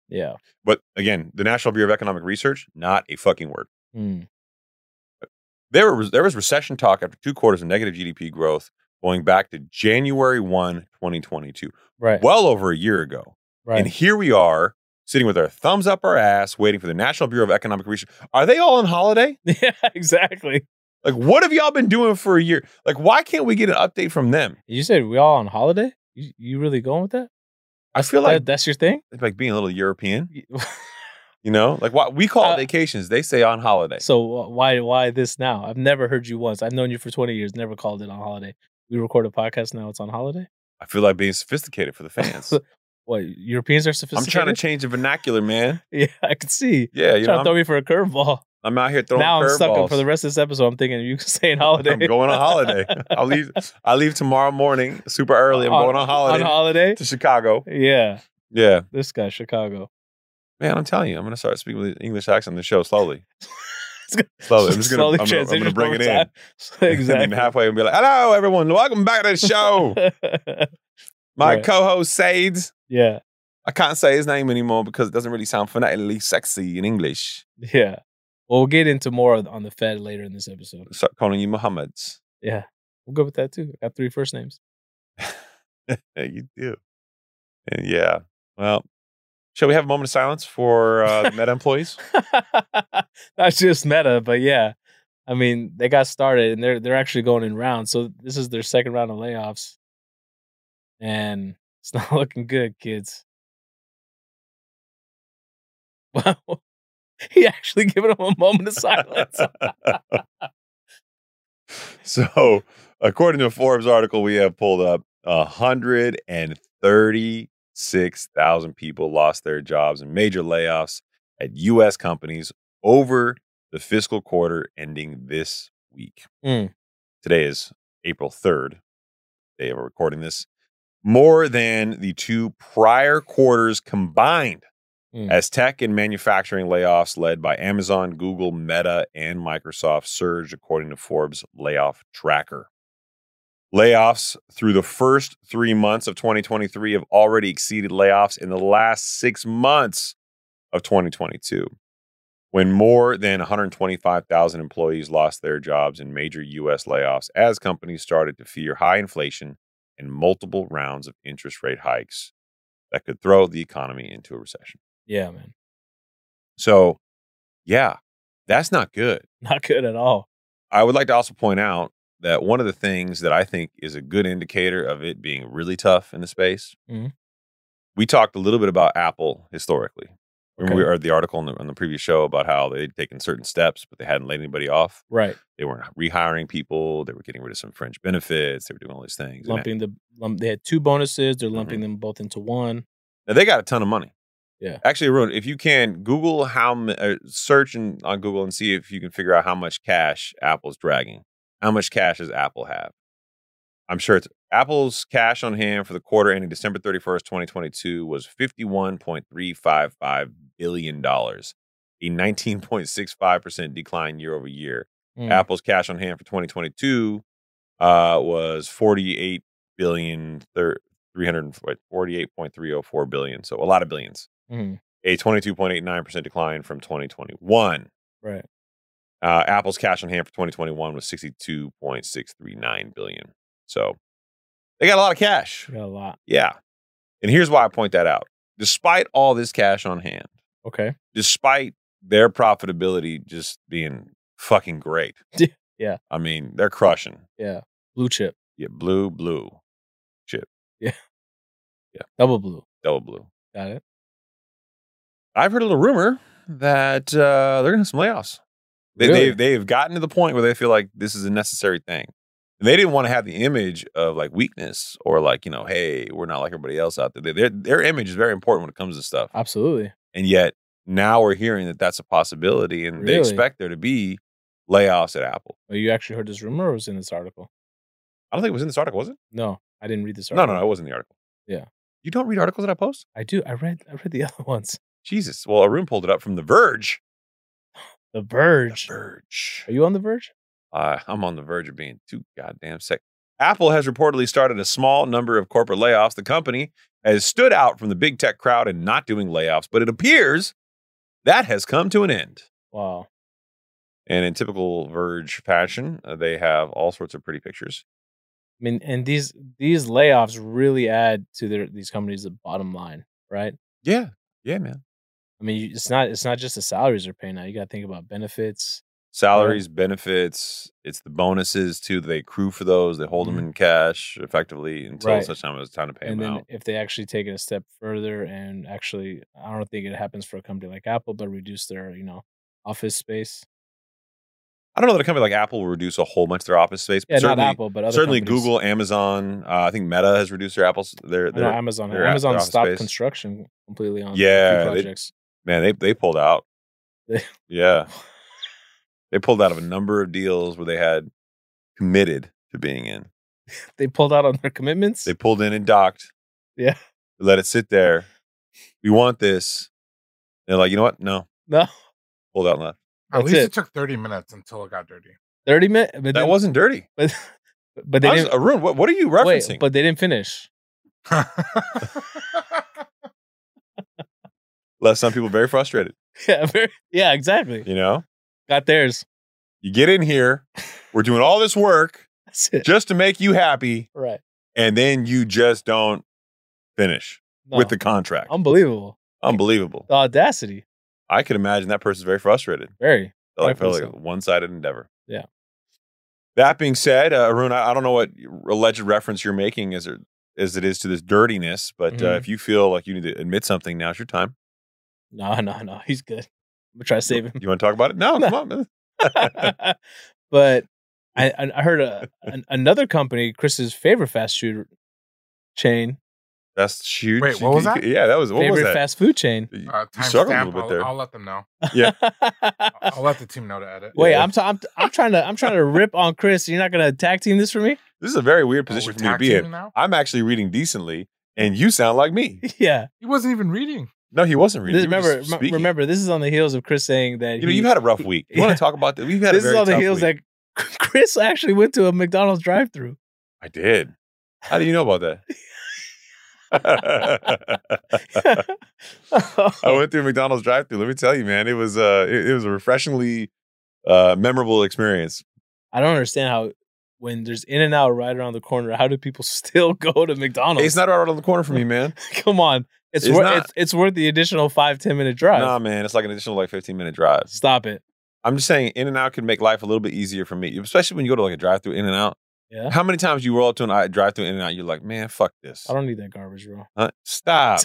Speaker 2: Yeah.
Speaker 1: But again, the National Bureau of Economic Research, not a fucking word.
Speaker 2: Mm.
Speaker 1: There was, there was recession talk after two quarters of negative GDP growth going back to January 1, 2022,
Speaker 2: Right.
Speaker 1: well over a year ago.
Speaker 2: Right.
Speaker 1: And here we are sitting with our thumbs up our ass waiting for the National Bureau of Economic Research. Are they all on holiday?
Speaker 2: yeah. Exactly.
Speaker 1: Like, what have y'all been doing for a year? Like, why can't we get an update from them?
Speaker 2: You said we all on holiday. You, you really going with that?
Speaker 1: I feel like
Speaker 2: that? That's your thing.
Speaker 1: it's like being a little European, you know? Like what we call it
Speaker 2: Uh,
Speaker 1: vacations, they say on holiday.
Speaker 2: so uh, why why this now? I've never heard you once. I've known you for twenty years. Never called it on holiday. We record a podcast now. It's on holiday.
Speaker 1: I feel like being sophisticated for the fans.
Speaker 2: What Europeans are
Speaker 1: I'm
Speaker 2: sophisticated.
Speaker 1: trying to change the vernacular, man.
Speaker 2: yeah, I can see.
Speaker 1: Yeah, you know,
Speaker 2: trying to throw
Speaker 1: I'm,
Speaker 2: me for a curveball.
Speaker 1: I'm out here throwing
Speaker 2: now I'm stuck
Speaker 1: curveballs.
Speaker 2: on- for the rest of this episode. I'm thinking you can say on holiday.
Speaker 1: I'm going on holiday. I'll leave. I leave tomorrow morning, super early. I'm
Speaker 2: On-
Speaker 1: going on
Speaker 2: on
Speaker 1: holiday
Speaker 2: holiday.
Speaker 1: to Chicago.
Speaker 2: Yeah,
Speaker 1: Yeah,
Speaker 2: this guy Chicago.
Speaker 1: man, I'm telling you, I'm gonna start speaking with English accent on the show slowly.
Speaker 2: gonna-
Speaker 1: slowly, I'm just gonna,
Speaker 2: Slowly
Speaker 1: I'm gonna, I'm gonna
Speaker 2: transition
Speaker 1: bring it
Speaker 2: over
Speaker 1: in.
Speaker 2: time. exactly.
Speaker 1: and then halfway and be like, "Hello, everyone! Welcome back to the show." My
Speaker 2: Right.
Speaker 1: co-host Sade.
Speaker 2: yeah,
Speaker 1: I can't say his name anymore because it doesn't really sound phonetically sexy in English.
Speaker 2: yeah. Well, we'll get into more on the Fed later in this episode.
Speaker 1: Start calling you Muhammad's.
Speaker 2: Yeah, we'll go with that too. Got three first names.
Speaker 1: Yeah, you do. And yeah. Well, shall we have a moment of silence for uh, Meta employees?
Speaker 2: Not just Meta, but yeah. I mean, they got started and they're they're actually going in rounds. So this is their second round of layoffs, and it's not looking good, kids. Wow, he actually giving them a moment of silence.
Speaker 1: so, according to a Forbes article we have pulled up, 136,000 people lost their jobs in major layoffs at U.S. companies over the fiscal quarter ending this week.
Speaker 2: Mm.
Speaker 1: Today is April 3rd, day of recording this. More than the two prior quarters combined
Speaker 2: Mm.
Speaker 1: as tech and manufacturing layoffs led by Amazon, Google, Meta, and Microsoft surged, according to Forbes Layoff Tracker. Layoffs through the first three months of 2023 have already exceeded layoffs in the last six months of 2022, when more than 125,000 employees lost their jobs in major U.S. layoffs as companies started to fear high inflation and multiple rounds of interest rate hikes that could throw the economy into a recession.
Speaker 2: yeah, man,
Speaker 1: So, yeah, that's not good.
Speaker 2: not good at all.
Speaker 1: I would like to also point out that one of the things that I think is a good indicator of it being really tough in the space,
Speaker 2: Mhm.
Speaker 1: we talked a little bit about Apple historically. Remember, we
Speaker 2: Okay.
Speaker 1: heard the article on the, on the previous show about how they'd taken certain steps, but they hadn't laid anybody off.
Speaker 2: Right,
Speaker 1: They weren't rehiring people. They were getting rid of some fringe benefits. They were doing all these things. And
Speaker 2: lumping the lump, they had two bonuses. They're lumping them both into one.
Speaker 1: Now they got a ton of money.
Speaker 2: Yeah.
Speaker 1: Actually, Arun, if you can Google how mu- uh, search in, on Google and see if you can figure out how much cash Apple's dragging. How much cash does Apple have? I'm sure it's Apple's cash on hand for the quarter ending December 31st, 2022 was 51.355 billion dollars. a 19.65% decline year over year.
Speaker 2: Mm.
Speaker 1: Apple's cash on hand for 2022 uh, was 48 billion thir- 300 wait, 48.304 billion. So a lot of billions.
Speaker 2: Mhm.
Speaker 1: A 22.89% decline from 2021.
Speaker 2: Right.
Speaker 1: Uh, Apple's cash on hand for 2021 was 62.639 billion. So they got a lot of cash.
Speaker 2: Got a lot.
Speaker 1: Yeah. And here's why I point that out. Despite all this cash on hand,
Speaker 2: Okay.
Speaker 1: despite their profitability just being fucking great.
Speaker 2: Yeah.
Speaker 1: I mean, they're crushing.
Speaker 2: Yeah. Blue chip.
Speaker 1: Yeah, blue, blue,
Speaker 2: Double blue.
Speaker 1: double blue.
Speaker 2: Got it.
Speaker 1: I've heard a little rumor that uh, they're gonna have some layoffs. They,
Speaker 2: Really?
Speaker 1: They've they've gotten to the point where they feel like this is a necessary thing. And they didn't want to have the image of like weakness or like you know, hey, we're not like everybody else out there. They- Their their image is very important when it comes to stuff.
Speaker 2: Absolutely.
Speaker 1: and yet now we're hearing that that's a possibility, and they
Speaker 2: Really?
Speaker 1: expect there to be layoffs at Apple.
Speaker 2: Well, Oh, you actually heard this rumor or was it in this article?
Speaker 1: I don't think it was in this article, was it?
Speaker 2: No, I didn't read this
Speaker 1: No,
Speaker 2: article.
Speaker 1: no, no, it wasn't in the article.
Speaker 2: Yeah.
Speaker 1: you don't read articles that I post.
Speaker 2: I do. I read I read the other ones.
Speaker 1: Jesus. Well, Arun pulled it up from The Verge.
Speaker 2: The
Speaker 1: The
Speaker 2: Verge.
Speaker 1: Verge.
Speaker 2: Are you on the Verge?
Speaker 1: Uh, I'm on the verge of being too goddamn sick. Apple has reportedly started a small number of corporate layoffs. The company has stood out from the big tech crowd and not doing layoffs, but it appears that has come to an end.
Speaker 2: Wow.
Speaker 1: And in typical Verge fashion, uh, they have all sorts of pretty pictures.
Speaker 2: I mean, and these these layoffs really add to their these companies' bottom line, right?
Speaker 1: Yeah. Yeah, man.
Speaker 2: I mean, you- it's not it's not just the salaries they're paying now. You got to think about benefits.
Speaker 1: Salaries, benefits, it's the bonuses too. They accrue for those. They hold them in cash effectively until
Speaker 2: Mm-hmm. Right.
Speaker 1: such time as it's time to pay
Speaker 2: and
Speaker 1: them
Speaker 2: then
Speaker 1: out.
Speaker 2: if they actually take it a step further and actually i don't think it happens for a company like apple but reduce their you know office space
Speaker 1: I don't know that a company like Apple will reduce a whole bunch of their office space. but
Speaker 2: yeah not
Speaker 1: certainly-
Speaker 2: apple but other
Speaker 1: certainly
Speaker 2: companies.
Speaker 1: Google, Amazon. Uh, I think Meta has reduced their Apple's. Their,
Speaker 2: I know
Speaker 1: their
Speaker 2: amazon
Speaker 1: their-
Speaker 2: amazon
Speaker 1: their office
Speaker 2: stopped
Speaker 1: space.
Speaker 2: construction completely on a few
Speaker 1: Yeah, they-
Speaker 2: projects
Speaker 1: man, they they pulled out.
Speaker 2: They-
Speaker 1: yeah, they pulled out of a number of deals where they had committed to being in.
Speaker 2: they, pulled out on their commitments
Speaker 1: They pulled in and docked.
Speaker 2: Yeah.
Speaker 1: let it sit there. We want this. They're like, you know what? No,
Speaker 2: no
Speaker 1: pulled out and left.
Speaker 3: At
Speaker 2: That's
Speaker 3: least it.
Speaker 2: it.
Speaker 3: took 30 minutes until it got dirty.
Speaker 2: 30 minutes but
Speaker 1: That
Speaker 2: then-
Speaker 1: wasn't dirty.
Speaker 2: but, but they
Speaker 1: I was-
Speaker 2: didn't
Speaker 1: Arun, what, what are you referencing?
Speaker 2: wait but they didn't finish
Speaker 3: Uh,
Speaker 1: Left some people very frustrated.
Speaker 2: yeah very, yeah exactly
Speaker 1: You know,
Speaker 2: got theirs
Speaker 1: you get in here, we're doing all this work
Speaker 2: that's it
Speaker 1: just to make you happy,
Speaker 2: right
Speaker 1: and then you just don't finish.
Speaker 2: No.
Speaker 1: with the contract.
Speaker 2: unbelievable
Speaker 1: Unbelievable.
Speaker 2: the audacity
Speaker 1: I could imagine that person's very frustrated.
Speaker 2: very
Speaker 1: They're Like, felt
Speaker 2: Rightfully
Speaker 1: like a
Speaker 2: so.
Speaker 1: one sided endeavor.
Speaker 2: Yeah.
Speaker 1: That being said, uh, Arun, I, I don't know what alleged reference you're making as, it- as it is to this dirtiness, but uh,
Speaker 2: Mhm.
Speaker 1: if you feel like you need to admit something, now's your time.
Speaker 2: no no no he's good i'm gonna try to save him
Speaker 1: You want to talk about it? No,
Speaker 2: No.
Speaker 1: come on. man.
Speaker 2: but I, I I heard a, an, another company, Chris's favorite fast food chain,
Speaker 1: That's huge.
Speaker 3: Wait, what was that?
Speaker 1: Yeah, that was what
Speaker 2: favorite
Speaker 1: was that?
Speaker 2: fast food chain.
Speaker 1: You-
Speaker 3: Uh,
Speaker 1: you struggled a
Speaker 3: timestamp.
Speaker 1: little bit
Speaker 3: I'll,
Speaker 1: there.
Speaker 3: I'll let them know.
Speaker 1: Yeah. Oh,
Speaker 3: I'll let the team know to edit.
Speaker 2: Wait,
Speaker 1: Yeah.
Speaker 2: I'm, t- I'm I'm trying to I'm trying to rip on Chris. You're not gonna tag team this for me?
Speaker 1: this is a very weird
Speaker 3: Oh,
Speaker 1: position
Speaker 3: we're
Speaker 1: for me to
Speaker 3: tag
Speaker 1: be
Speaker 3: teaming
Speaker 1: in.
Speaker 3: now?
Speaker 1: I'm actually reading decently, and you sound like me.
Speaker 2: yeah.
Speaker 3: He wasn't even reading.
Speaker 1: No, he wasn't reading.
Speaker 2: This-
Speaker 1: He was
Speaker 2: remember
Speaker 1: just
Speaker 2: m-
Speaker 1: speaking.
Speaker 2: remember this is on the heels of Chris saying that
Speaker 1: you know,
Speaker 2: he-
Speaker 1: you've had a rough week. You want
Speaker 2: Yeah.
Speaker 1: to talk about that? We've had
Speaker 2: this
Speaker 1: a
Speaker 2: is
Speaker 1: very
Speaker 2: on the
Speaker 1: tough
Speaker 2: heels
Speaker 1: week.
Speaker 2: that Chris actually went to a McDonald's drive-through.
Speaker 1: I did. How do you know about that? I went through McDonald's drive thru. Let me tell you, man, it was uh it, it was a refreshingly uh memorable experience.
Speaker 2: I don't understand how when there's In and Out right around the corner, how do people still go to McDonald's?
Speaker 1: It's not right around the corner from me, man.
Speaker 2: Come on, it's
Speaker 1: It's
Speaker 2: worth
Speaker 1: not.
Speaker 2: it's, it's worth the additional five ten minute drive.
Speaker 1: Nah, man, it's like an additional like 15 minute drive.
Speaker 2: Stop it.
Speaker 1: I'm just saying In and Out can make life a little bit easier for me, especially when you go to like a drive through In and Out.
Speaker 2: Yeah.
Speaker 1: How many times you roll up to an drive through In and Out, you're like, man, fuck this.
Speaker 2: I don't need that garbage, bro.
Speaker 1: Huh? Stop.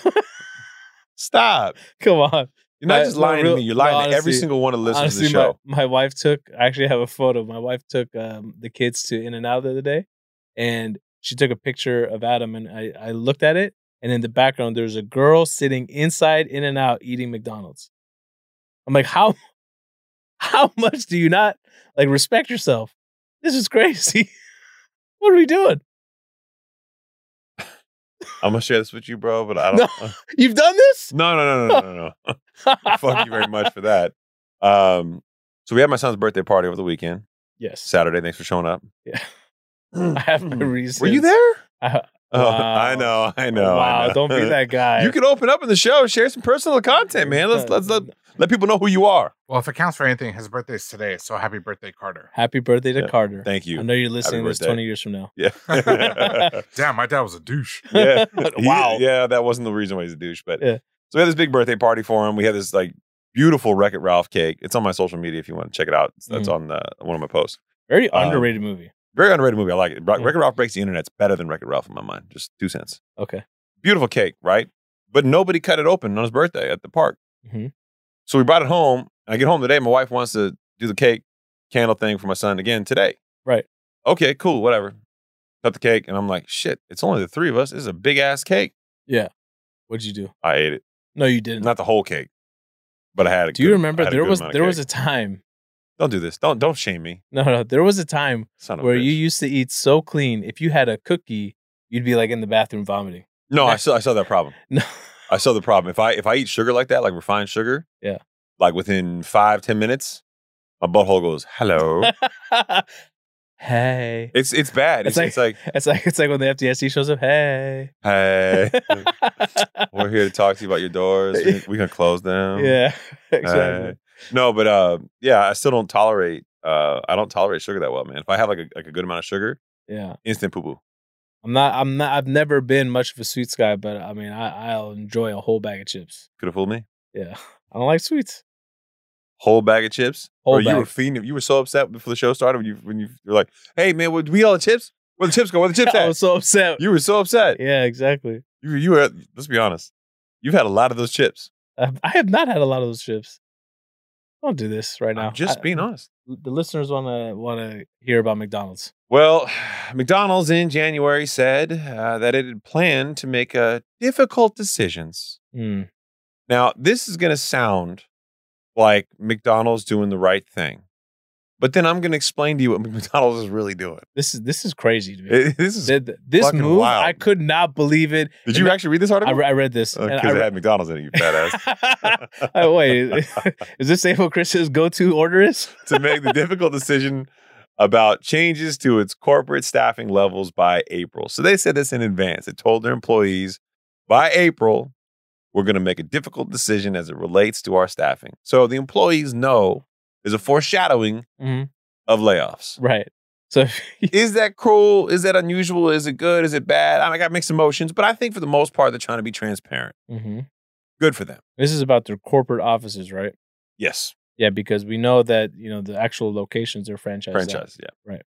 Speaker 1: Stop.
Speaker 2: Come on.
Speaker 1: You're not
Speaker 2: My-
Speaker 1: just
Speaker 2: my
Speaker 1: lying
Speaker 2: real-
Speaker 1: to me. You're lying
Speaker 2: no,
Speaker 1: to every
Speaker 2: honestly-
Speaker 1: single one of the listeners to the
Speaker 2: Honestly,
Speaker 1: show.
Speaker 2: my, my wife took. I actually have a photo. My wife took um, the kids to In and Out the other day, and she took a picture of Adam, and I I looked at it, and in the background there was a girl sitting inside In and Out eating McDonald's. I'm like, how how much do you not like respect yourself? This is crazy. what are we doing?
Speaker 1: I'm gonna share this with you, bro, but I don't.
Speaker 2: You've done this?
Speaker 1: No, no, no, no, no, no. no. Fuck you very much for that. Um, so we had my son's birthday party over the weekend,
Speaker 2: Yes.
Speaker 1: Saturday. Thanks for showing up.
Speaker 2: Yeah. I have my reasons.
Speaker 1: hmm. Were you there?
Speaker 2: Uh,
Speaker 1: Oh,
Speaker 2: Wow.
Speaker 1: I know, I know. I
Speaker 2: wow,
Speaker 1: know.
Speaker 2: don't be that guy.
Speaker 1: You can open up in the show, share some personal content, man. Let's let's let, let people know who you are.
Speaker 3: Well, if it counts for anything, his birthday's today. So happy birthday, Carter.
Speaker 2: Happy birthday to
Speaker 1: Yeah,
Speaker 2: Carter.
Speaker 1: Thank
Speaker 2: I
Speaker 1: you.
Speaker 2: know you're listening to this
Speaker 1: birthday.
Speaker 2: 20 years from now.
Speaker 1: Yeah.
Speaker 3: Damn, my dad was a douche.
Speaker 1: yeah. He-
Speaker 2: Wow.
Speaker 1: yeah, that wasn't the reason why he's a douche, but
Speaker 2: Yeah.
Speaker 1: so we had this big birthday party for him. We had this like beautiful Wreck It Ralph cake. It's on my social media if you want to check it out. It's- That's on
Speaker 2: Mm-hmm.
Speaker 1: the, one of my posts.
Speaker 2: Very
Speaker 1: Um,
Speaker 2: underrated movie.
Speaker 1: Very underrated movie. I like it. Wreck
Speaker 2: Yeah.
Speaker 1: It Ralph breaks the internet. It's better than Wreck It Ralph in my mind. Just two cents.
Speaker 2: Okay.
Speaker 1: beautiful cake, right? But nobody cut it open on his birthday at the park.
Speaker 2: Mhm.
Speaker 1: So we brought it home. And I get home today. My wife wants to do the cake candle thing for my son again today.
Speaker 2: Right.
Speaker 1: Okay, cool, whatever. Cut the cake. And I'm like, shit, it's only the three of us. This is a big ass cake.
Speaker 2: What'd you do?
Speaker 1: I ate it.
Speaker 2: No, you didn't.
Speaker 1: Not the whole cake, but I had a
Speaker 2: do you
Speaker 1: good- I
Speaker 2: remember
Speaker 1: had a
Speaker 2: there
Speaker 1: good
Speaker 2: was
Speaker 1: amount of
Speaker 2: there was
Speaker 1: cake.
Speaker 2: a time.
Speaker 1: Don't do this. Don't don't shame me.
Speaker 2: No, no, there was a time
Speaker 1: Son of
Speaker 2: where
Speaker 1: a bitch.
Speaker 2: you used to eat so clean. If you had a cookie, you'd be like in the bathroom vomiting.
Speaker 1: No, I saw I saw that problem.
Speaker 2: No.
Speaker 1: I saw the problem. If I if I eat sugar like that, like refined sugar,
Speaker 2: Yeah.
Speaker 1: like within five, ten minutes, my butthole goes, hello.
Speaker 2: hey.
Speaker 1: It's it's bad. It's, it's
Speaker 2: It's
Speaker 1: like,
Speaker 2: It's like it's like when the FDSC shows up. Hey.
Speaker 1: hey, we're here to talk to you about your doors. We, we can close them.
Speaker 2: yeah.
Speaker 1: Hey.
Speaker 2: Exactly.
Speaker 1: No, but uh, yeah, I still don't tolerate. Uh, I don't tolerate sugar that well, man. If I have like a like a good amount of sugar,
Speaker 2: yeah.
Speaker 1: instant poo poo.
Speaker 2: I'm not. I'm not. I've never been much of a sweets guy, but I mean, I, I'll enjoy a whole bag of chips.
Speaker 1: Could have fooled me.
Speaker 2: Yeah, I don't like sweets.
Speaker 1: Whole bag of chips.
Speaker 2: Whole
Speaker 1: Bro, you
Speaker 2: bag.
Speaker 1: were fiending. You were so upset before the show started when you when you were like, "Hey, man, would we all the chips? Where the chips go? Where the chips
Speaker 2: I
Speaker 1: at?"
Speaker 2: was so upset.
Speaker 1: You were so upset.
Speaker 2: yeah, exactly.
Speaker 1: You you were. Let's be honest. You've had a lot of those chips.
Speaker 2: I, I have not had a lot of those chips. Don't do this right now.
Speaker 1: I'm just
Speaker 2: I- mm.
Speaker 1: being honest.
Speaker 2: The listeners want to want to hear about McDonald's.
Speaker 1: Well, McDonald's in January said uh, that it had planned to make uh, difficult decisions.
Speaker 2: Hmm.
Speaker 1: Now, this is going to sound like McDonald's doing the right thing, but then I'm going to explain to you what McDonald's is really doing.
Speaker 2: This is this is crazy to me.
Speaker 1: It- this is.
Speaker 2: Th- th- this
Speaker 1: fucking
Speaker 2: move,
Speaker 1: wild.
Speaker 2: I could not believe it.
Speaker 1: Did you
Speaker 2: and
Speaker 1: actually read this
Speaker 2: I,
Speaker 1: article?
Speaker 2: re- I read this. and
Speaker 1: Because
Speaker 2: I
Speaker 1: it
Speaker 2: re-
Speaker 1: had McDonald's in it, you badass.
Speaker 2: Oh, wait, is this Abel Chris's go-to order? Is
Speaker 1: to make the difficult decision about changes to its corporate staffing levels by April. So they said this in advance. They told their employees by April, we're going to make a difficult decision as it relates to our staffing. So the employees know there's a foreshadowing
Speaker 2: Mhm.
Speaker 1: of layoffs.
Speaker 2: right. So
Speaker 1: Is that cruel? Is that unusual? Is it good? Is it bad? I, mean, I got mixed emotions, but I think for the most part, they're trying to be transparent.
Speaker 2: Mhm.
Speaker 1: Good for them.
Speaker 2: this is about their corporate offices, right?
Speaker 1: Yes.
Speaker 2: Yeah, because we know that you know the actual locations are franchised. out.
Speaker 1: franchise. Yeah.
Speaker 2: Right.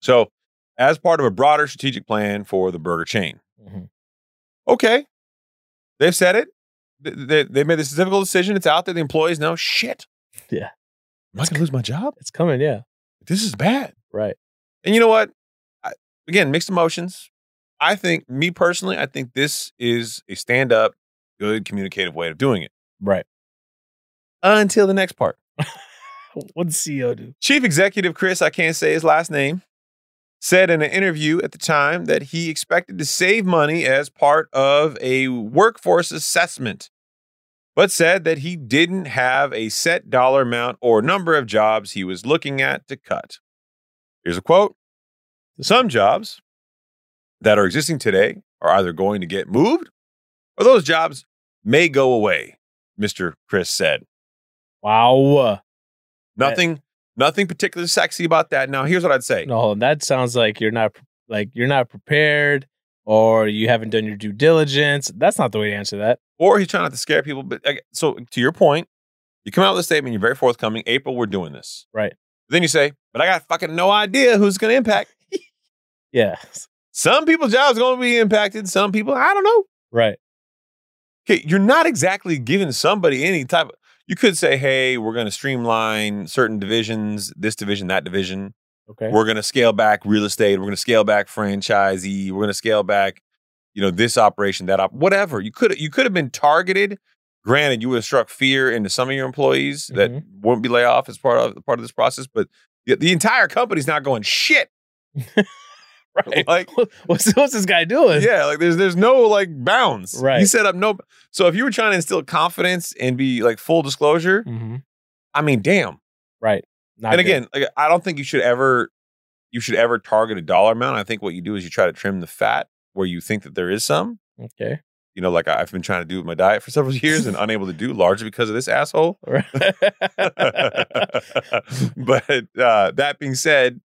Speaker 1: So, as part of a broader strategic plan for the burger chain.
Speaker 2: Mhm.
Speaker 1: Okay. They've said it. Th- They, they made this difficult decision. It's out there. The employees know shit.
Speaker 2: Yeah.
Speaker 1: Am I going to lose my job?
Speaker 2: It's coming, yeah.
Speaker 1: This is bad.
Speaker 2: Right.
Speaker 1: And you know what? I, again, mixed emotions. I think, me personally, I think this is a stand up, good communicative way of doing it
Speaker 2: Right.
Speaker 1: until the next part.
Speaker 2: What'd
Speaker 1: E
Speaker 2: CEO do?
Speaker 1: Chief Executive Chris, I can't say his last name, said in an interview at the time that he expected to save money as part of a workforce assessment, but said that he didn't have a set dollar amount or number of jobs he was looking at to cut. Here's a quote Some jobs that are existing today are either going to get moved or those jobs may go away, Mr. Chris said.
Speaker 2: Wow.
Speaker 1: Nothing, nothing particularly sexy about that. Now, here's what I'd say.
Speaker 2: No, hold on. that sounds like you're not like you're not prepared or you haven't done your due diligence. That's not the way to answer that.
Speaker 1: Or he's trying not to scare people. But like, so, to your point, you come out with a statement. You're very forthcoming. April, we're doing this.
Speaker 2: Right.
Speaker 1: Then you say, "But I got fucking no idea who's going to impact.
Speaker 2: Yeah.
Speaker 1: Some people's jobs going to be impacted. Some people, I don't know.
Speaker 2: Right.
Speaker 1: Okay, you're not exactly giving somebody any type. of You could say, "Hey, we're going to streamline certain divisions, this division, that division.
Speaker 2: Okay.
Speaker 1: We're going to scale back real estate. We're going to scale back franchisee. We're going to scale back, you know, this operation, that op, whatever. You could you could have been targeted. Granted, you would have struck fear into some of your employees that
Speaker 2: Mhm.
Speaker 1: wouldn't be laid off as part of part of this process. But the, the entire company's not going shit.
Speaker 2: right.
Speaker 1: Like-
Speaker 2: what's, what's this guy doing?
Speaker 1: Yeah, like there's there's no like bounds. He
Speaker 2: Right.
Speaker 1: set up no. So if you were trying to instill confidence and be like full disclosure,
Speaker 2: Mm-hmm.
Speaker 1: I mean, damn.
Speaker 2: Right. Not
Speaker 1: and
Speaker 2: good.
Speaker 1: again, like, I don't think you should ever you should ever target a dollar amount. I think what you do is you try to trim the fat where you think that there is some.
Speaker 2: Okay.
Speaker 1: You know, like I- I've been trying to do with my diet for several years and unable to do, largely because of this asshole. but uh, that being said,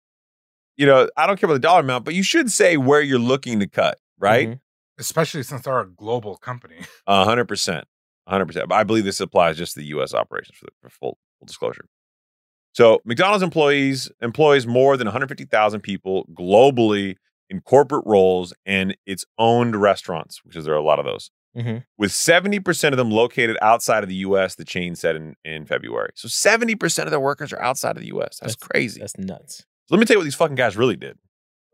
Speaker 1: you know, I don't care about the dollar amount, but you should say where you're looking to cut, right?
Speaker 2: Mhm.
Speaker 3: especially since they're a global company.
Speaker 1: A hundred percent, a hundred percent. But I believe this applies just to the U.S. operations for, the, for full, full disclosure. So McDonald's employees employs more than 150,000 people globally in corporate roles and its owned restaurants, which is there are a lot of those.
Speaker 2: Mhm.
Speaker 1: With 70% of them located outside of the U.S., the chain said in, in February. So 70% of their workers are outside of the U.S. That's,
Speaker 2: That's-
Speaker 1: crazy.
Speaker 2: That's nuts.
Speaker 1: So let me tell you what these fucking guys really did.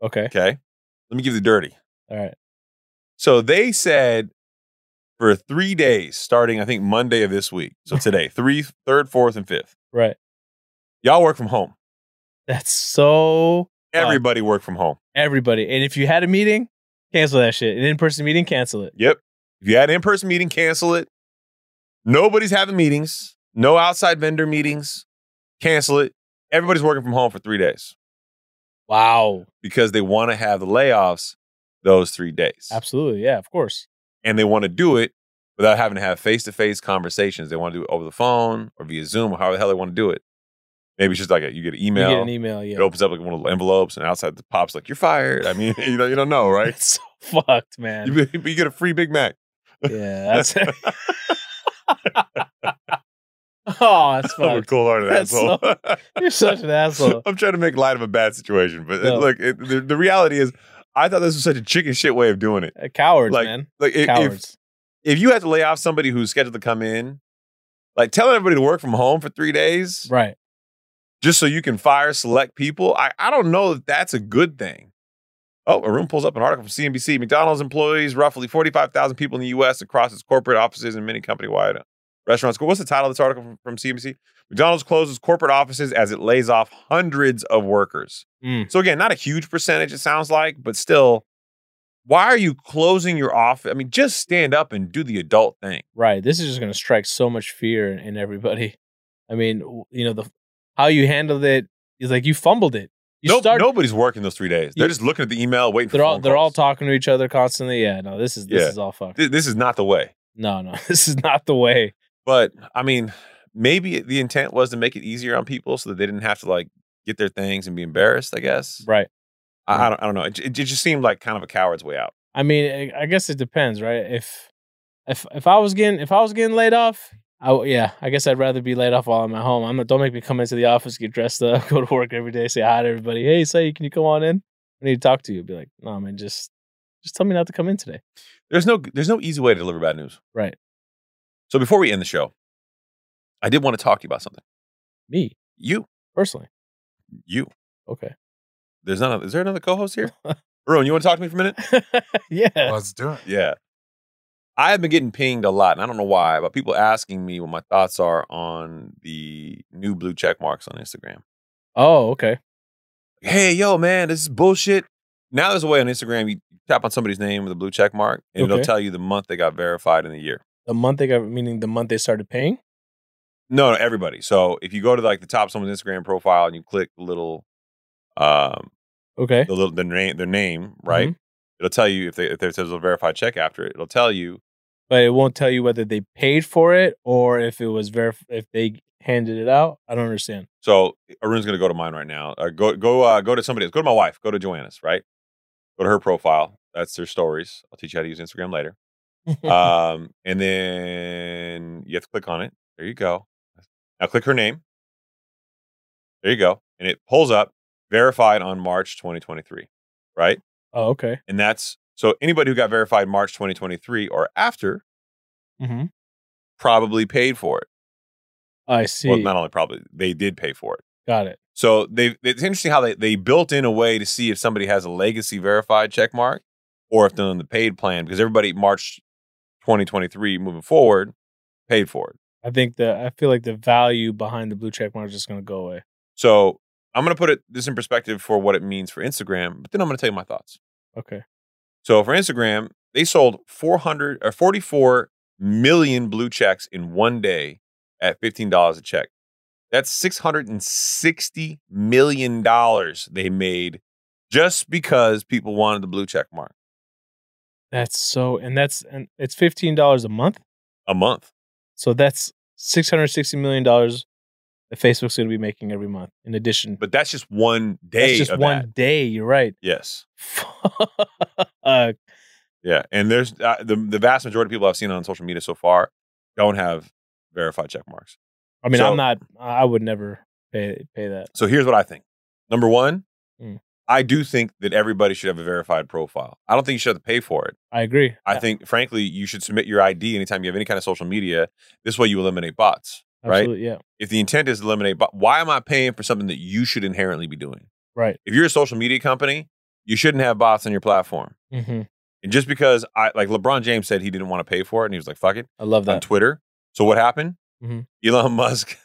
Speaker 2: Okay.
Speaker 1: Okay. Let me give you the dirty.
Speaker 2: All right.
Speaker 1: So they said for three days, starting I think Monday of this week. So today, three, third, fourth, and fifth.
Speaker 2: Right.
Speaker 1: Y'all work from home.
Speaker 2: That's so Wow.
Speaker 1: Everybody work from home.
Speaker 2: everybody. And if you had a meeting, cancel that shit. An in-person meeting, cancel it.
Speaker 1: Yep. If you had an in-person meeting, cancel it. Nobody's having meetings. No outside vendor meetings. Cancel it. Everybody's working from home for three days
Speaker 2: Wow.
Speaker 1: because they want to have the layoffs those three days.
Speaker 2: Absolutely. Yeah, of course.
Speaker 1: and they want to do it without having to have face-to-face conversations. They want to do it over the phone or via Zoom or however the hell they want to do it. Maybe it's just like a, you get an
Speaker 2: You
Speaker 1: email,
Speaker 2: get an email, yeah.
Speaker 1: it opens up like one of the envelopes, and outside the pops like you're fired. I mean, you know, you don't know, right?
Speaker 2: That's so fucked, man.
Speaker 1: You, you get a free Big Mac.
Speaker 2: yeah. That's Oh, that's
Speaker 1: I'm a
Speaker 2: fucked.
Speaker 1: cool hearted
Speaker 2: That's
Speaker 1: asshole.
Speaker 2: You're such an asshole.
Speaker 1: I'm trying to make light of a bad situation, but uh,
Speaker 2: No.
Speaker 1: look, it, the, the reality is, I thought this was such a chicken shit way of doing it.
Speaker 2: Uh, Cowards,
Speaker 1: Like,
Speaker 2: man.
Speaker 1: Like, if, if
Speaker 2: Cowards.
Speaker 1: if you have to lay off somebody who's scheduled to come in, like telling everybody to work from home for three days,
Speaker 2: right.
Speaker 1: just so you can fire select people. I, I don't know that that's a good thing. Oh, a room pulls up an article from CNBC. McDonald's employees roughly 45,000 people in the U.S. across its corporate offices and many company wide restaurants. What's the title of this article from, from CNBC? McDonald's closes corporate offices as it lays off hundreds of workers.
Speaker 2: Mm.
Speaker 1: So, again, not a huge percentage, it sounds like, but still, why are you closing your office? I mean, just stand up and do the adult thing.
Speaker 2: Right. This is just going to strike so much fear in- in everybody. I mean, w- you know, the how you handled it is like you fumbled it. You
Speaker 1: Nope,
Speaker 2: started-
Speaker 1: nobody's working those three days. They're
Speaker 2: You-
Speaker 1: just looking at the email, waiting for
Speaker 2: They're all
Speaker 1: phone
Speaker 2: they're all
Speaker 1: calls.
Speaker 2: talking to each other constantly. Yeah. No, this is this
Speaker 1: Yeah.
Speaker 2: is all fucked.
Speaker 1: Th- this is not the way.
Speaker 2: No, no, this is not the way.
Speaker 1: But I mean, maybe the intent was to make it easier on people so that they didn't have to like get their things and be embarrassed. I guess
Speaker 2: Right.
Speaker 1: I, I don't. I don't know. It, it, it just seemed like kind of a coward's way out.
Speaker 2: I mean, I I guess it depends, right? If if if I was getting if I was getting laid off, I w- yeah, I guess I'd rather be laid off while I'm at home. I'm not, don't make me come into the office, get dressed up, go to work every day, say hi to everybody. Hey, say, can you come on in? I need to talk to you. Be like, no, man, just just tell me not to come in today.
Speaker 1: There's no. There's no easy way to deliver bad news.
Speaker 2: Right.
Speaker 1: So before we end the show, I did want to talk to you about something.
Speaker 2: Me
Speaker 1: You.
Speaker 2: personally.
Speaker 1: You.
Speaker 2: Okay.
Speaker 1: There's not. Is there another co-host here? Rowan, you want to talk to me for a minute?
Speaker 2: yeah.
Speaker 3: Let's do it.
Speaker 1: Yeah. I have been getting pinged a lot, and I don't know why, but people asking me what my thoughts are on the new blue check marks on Instagram.
Speaker 2: Oh, okay.
Speaker 1: hey, yo, man, this is bullshit. Now there's a way on Instagram you tap on somebody's name with a blue check mark, and it'll
Speaker 2: Okay.
Speaker 1: tell you the month they got verified in the year.
Speaker 2: The month they got, meaning the month they started paying.
Speaker 1: No, no, everybody. So if you go to like the top of someone's Instagram profile and you click the little, um,
Speaker 2: Okay.
Speaker 1: the little their name, their name, right? It'll tell you if they if there's a verified check after it. It'll tell you
Speaker 2: But it won't tell you whether they paid for it or if it was verif- if they handed it out. I don't understand.
Speaker 1: So Arun's gonna go to mine right now. Uh, go go uh, go to somebody else. Go to my wife. Go to Joanna's. Right. Go to her profile. That's their stories. I'll teach you how to use Instagram later. um, and then you have to click on it. There you go. Now click her name. There you go, and it pulls up verified on March 2023. Right,
Speaker 2: Oh, okay.
Speaker 1: and that's so anybody who got verified March 2023 or after
Speaker 2: Mm-hmm.
Speaker 1: probably paid for it.
Speaker 2: I see.
Speaker 1: Well, not only probably they did pay for it.
Speaker 2: Got it.
Speaker 1: So they it's interesting how they, they built in a way to see if somebody has a legacy verified check mark or if they're on the paid plan because everybody March 2023 moving forward paid for it.
Speaker 2: I think the I feel like the value behind the blue check mark is just going to go away.
Speaker 1: So I'm going to put it this in perspective for what it means for Instagram, but then I'm going to tell you my thoughts.
Speaker 2: Okay.
Speaker 1: So for Instagram, they sold 400 or 44 million blue checks in one day at $15 a check. That's six hundred and sixty million dollars they made just because people wanted the blue check mark
Speaker 2: That's so, and that's and it's fifteen dollars a month.
Speaker 1: a month.
Speaker 2: So that's six hundred sixty million dollars that Facebook's going to be making every month. In addition,
Speaker 1: But that's just one day.
Speaker 2: that's just
Speaker 1: of
Speaker 2: one
Speaker 1: that.
Speaker 2: day. You're right.
Speaker 1: Yes.
Speaker 2: Uh, Fuck.
Speaker 1: Yeah, and there's uh, the the vast majority of people I've seen on social media so far don't have verified check marks.
Speaker 2: I mean,
Speaker 1: So-
Speaker 2: I'm not. I would never pay pay that.
Speaker 1: So here's what I think. Number one,
Speaker 2: Mm.
Speaker 1: I do think that everybody should have a verified profile. I don't think you should have to pay for it.
Speaker 2: I agree.
Speaker 1: I think, frankly, you should submit your ID anytime you have any kind of social media. This way, you eliminate bots, right?
Speaker 2: Absolutely, Yeah.
Speaker 1: If the intent is to eliminate, bots, why am I paying for something that you should inherently be doing?
Speaker 2: Right.
Speaker 1: If you're a social media company, you shouldn't have bots on your platform.
Speaker 2: hmm
Speaker 1: And just because I like LeBron James said he didn't want to pay for it, and he was like, "Fuck it."
Speaker 2: I love
Speaker 1: on
Speaker 2: that.
Speaker 1: Twitter. So what happened?
Speaker 2: Mhm.
Speaker 1: Elon Musk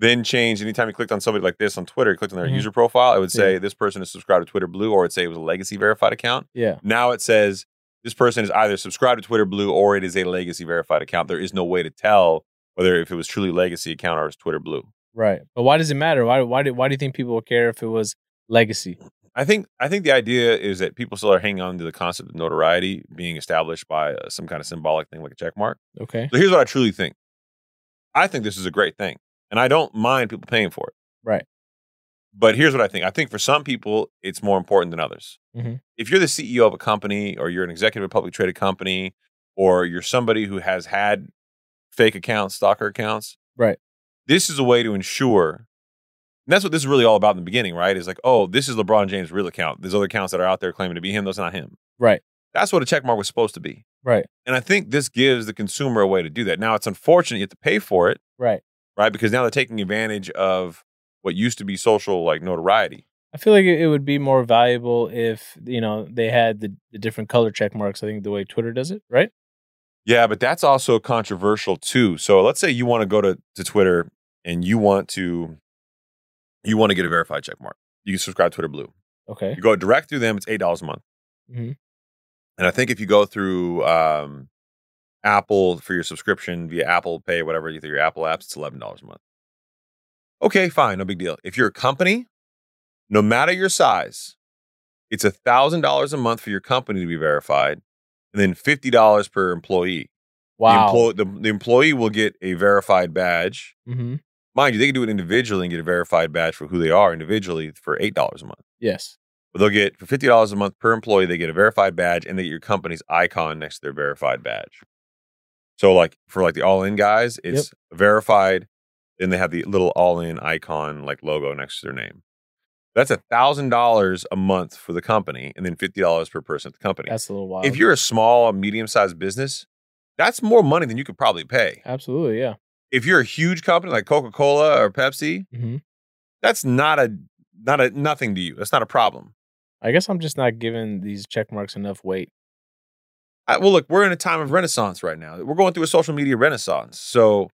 Speaker 1: then changed. Anytime he clicked on somebody like this on Twitter, he clicked on their
Speaker 2: Mhm.
Speaker 1: user profile, it would say this person is subscribed to Twitter Blue, or it'd say it was a legacy verified account.
Speaker 2: Yeah.
Speaker 1: Now it says this person is either subscribed to Twitter Blue or it is a legacy verified account. There is no way to tell whether if it was truly legacy account or it's Twitter Blue.
Speaker 2: Right. But why does it matter? Why why do why do you think people would care if it was legacy?
Speaker 1: I think I think the idea is that people still are hanging on to the concept of notoriety being established by uh, some kind of symbolic thing like a check mark.
Speaker 2: Okay.
Speaker 1: So here's what I truly think. I think this is a great thing, and I don't mind people paying for it.
Speaker 2: Right.
Speaker 1: But here's what I think. I think for some people, it's more important than others.
Speaker 2: Mhm.
Speaker 1: If you're the CEO of a company, or you're an executive of a publicly traded company, or you're somebody who has had fake accounts, stalker accounts,
Speaker 2: Right.
Speaker 1: This is a way to ensure. And that's what this is really all about in the beginning, right? Is like, oh, this is LeBron James' real account. There's other accounts that are out there claiming to be him. That's not him.
Speaker 2: Right.
Speaker 1: That's what a check mark was supposed to be.
Speaker 2: Right.
Speaker 1: And I think this gives the consumer a way to do that. Now, it's unfortunate you have to pay for it,
Speaker 2: Right.
Speaker 1: right? Because now they're taking advantage of what used to be social like notoriety.
Speaker 2: I feel like it it would be more valuable if you know they had the, the different color check marks. I think the way Twitter does it, right?
Speaker 1: Yeah, but that's also controversial too. So let's say you want to go to, to Twitter and you want to you want to get a verified check mark. You can subscribe to Twitter Blue.
Speaker 2: Okay.
Speaker 1: You go direct through them, it's eight dollars a month.
Speaker 2: Mhm.
Speaker 1: And I think if you go through um, Apple for your subscription via Apple Pay, whatever you through your Apple apps, it's eleven dollars a month. Okay, fine, no big deal. If you're a company, no matter your size, it's a thousand dollars a month for your company to be verified, and then fifty dollars per employee. The,
Speaker 2: Wow.
Speaker 1: emplo- the, the employee will get a verified badge.
Speaker 2: mm-hmm.
Speaker 1: Mind you, they can do it individually and get a verified badge for who they are individually for eight dollars a month.
Speaker 2: Yes.
Speaker 1: But they'll get for fifty dollars a month per employee, they get a verified badge and they get your company's icon next to their verified badge. So like for like the all in guys, it's verified, then they have the little all in icon like logo next to their name. That's a thousand dollars a month for the company, and then fifty dollars per person at the company.
Speaker 2: That's a little wild.
Speaker 1: if you're a small, medium sized business, that's more money than you could probably pay.
Speaker 2: absolutely yeah.
Speaker 1: If you're a huge company like Coca Cola or Pepsi,
Speaker 2: Mm-hmm.
Speaker 1: that's not a not a nothing to you. That's not a problem.
Speaker 2: I guess I'm just not giving these check marks enough weight.
Speaker 1: I, well, look, we're in a time of renaissance right now. We're going through a social media renaissance. So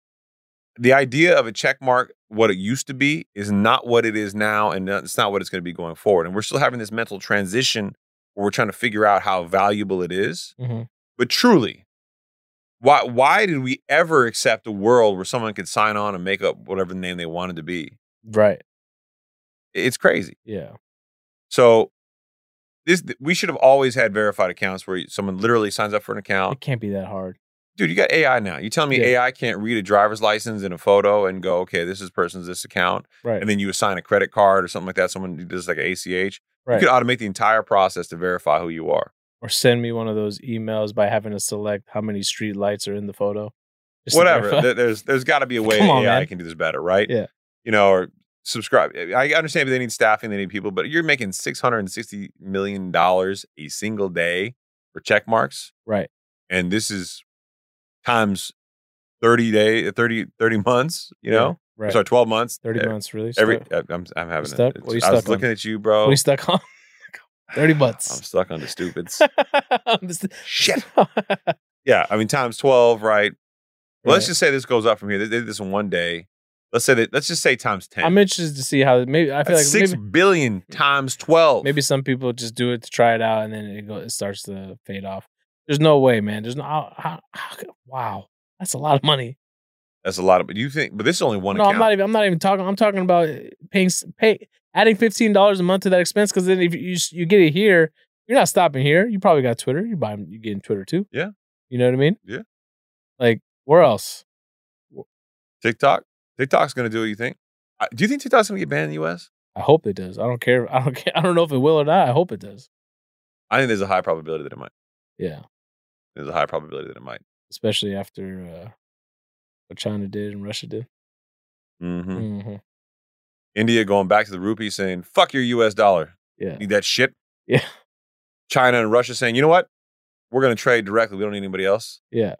Speaker 1: the idea of a check mark, what it used to be, is not what it is now, and not- it's not what it's going to be going forward. And we're still having this mental transition where we're trying to figure out how valuable it is.
Speaker 2: Mm-hmm.
Speaker 1: But truly, why why did we ever accept a world where someone could sign on and make up whatever name they wanted to be?
Speaker 2: Right.
Speaker 1: It's crazy.
Speaker 2: Yeah.
Speaker 1: So this we should have always had verified accounts where someone literally signs up for an account.
Speaker 2: It can't be that hard.
Speaker 1: dude, you got AI now. You telling me
Speaker 2: Yeah.
Speaker 1: AI can't read a driver's license and a photo and go, okay, this is person's this account,
Speaker 2: Right.
Speaker 1: and then you assign a credit card or something like that. Someone does like an ACH.
Speaker 2: right.
Speaker 1: You could automate the entire process to verify who you are.
Speaker 2: or send me one of those emails by having to select how many street lights are in the photo. Just to
Speaker 1: Whatever.
Speaker 2: verify.
Speaker 1: There- there's there's got to be a way
Speaker 2: Come on,
Speaker 1: AI
Speaker 2: man.
Speaker 1: can do this better, right?
Speaker 2: Yeah.
Speaker 1: You know, or subscribe. I understand they need staffing, they need people, but you're making six hundred and sixty million dollars a single day for check marks,
Speaker 2: Right.
Speaker 1: and this is times. 30 day 30 30 months you know
Speaker 2: Yeah, right.
Speaker 1: sorry 12 months
Speaker 2: 30
Speaker 1: eh,
Speaker 2: months really.
Speaker 1: Every
Speaker 2: stuck?
Speaker 1: I- I'm I'm having
Speaker 2: stuck?
Speaker 1: it.
Speaker 2: What are you
Speaker 1: I was
Speaker 2: stuck on?
Speaker 1: looking at you, bro.
Speaker 2: What are you stuck on? 30
Speaker 1: I'm
Speaker 2: months.
Speaker 1: stuck on the stupids.
Speaker 2: I'm just-
Speaker 1: Shit. Yeah, I mean times twelve, right? Well, Let's
Speaker 2: Right.
Speaker 1: just say this goes up from here. They did this in one day. Let's say that. Let's just say times ten.
Speaker 2: I'm interested to see how maybe I feel
Speaker 1: That's
Speaker 2: like
Speaker 1: six
Speaker 2: maybe,
Speaker 1: billion times twelve.
Speaker 2: maybe some people just do it to try it out and then it, go, it starts to fade off. There's no way, man. There's no how, how, how, wow. That's a lot of money.
Speaker 1: That's a lot of. But you think? But this is only one
Speaker 2: no,
Speaker 1: account.
Speaker 2: I'm not even. I'm not even talking. I'm talking about eh, paying s- pay adding fifteen dollars a month to that expense because then if you s- you get it here, you're not stopping here. You probably got Twitter. You buy you getting Twitter too.
Speaker 1: Yeah.
Speaker 2: you know what I mean.
Speaker 1: Yeah.
Speaker 2: like where else? e
Speaker 1: TikTok. TikTok's going to do what you think. Uh, Do you think TikTok's going to get banned in the U.S.?
Speaker 2: I hope it does. I don't care. I don't care. I don't know if it will or not. I hope it does.
Speaker 1: I think there's a high probability that it might.
Speaker 2: Yeah,
Speaker 1: There's a high probability that it might.
Speaker 2: especially after uh, what China did and Russia did.
Speaker 1: hmm
Speaker 2: hmm
Speaker 1: India going back to the rupee, saying "fuck your U.S. dollar."
Speaker 2: Yeah.
Speaker 1: Need that shit.
Speaker 2: Yeah.
Speaker 1: China and Russia saying, "You know what? We're going to trade directly. We don't need anybody else."
Speaker 2: Yeah,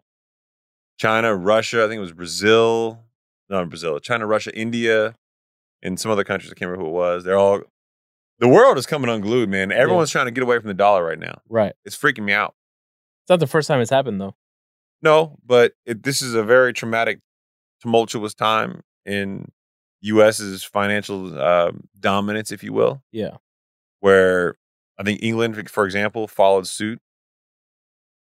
Speaker 1: China, Russia, I think it was Brazil, not Brazil, China, Russia, India, and some other countries. I can't remember who it was. They're all, the world is coming unglued, man. Everyone's trying to get away from the dollar right now.
Speaker 2: right.
Speaker 1: It's freaking me out.
Speaker 2: It's not the first time it's happened though.
Speaker 1: No, but it, this is a very traumatic, tumultuous time in U.S.'s financial um dominance, if you will,
Speaker 2: Yeah,
Speaker 1: where I think England, for example, followed suit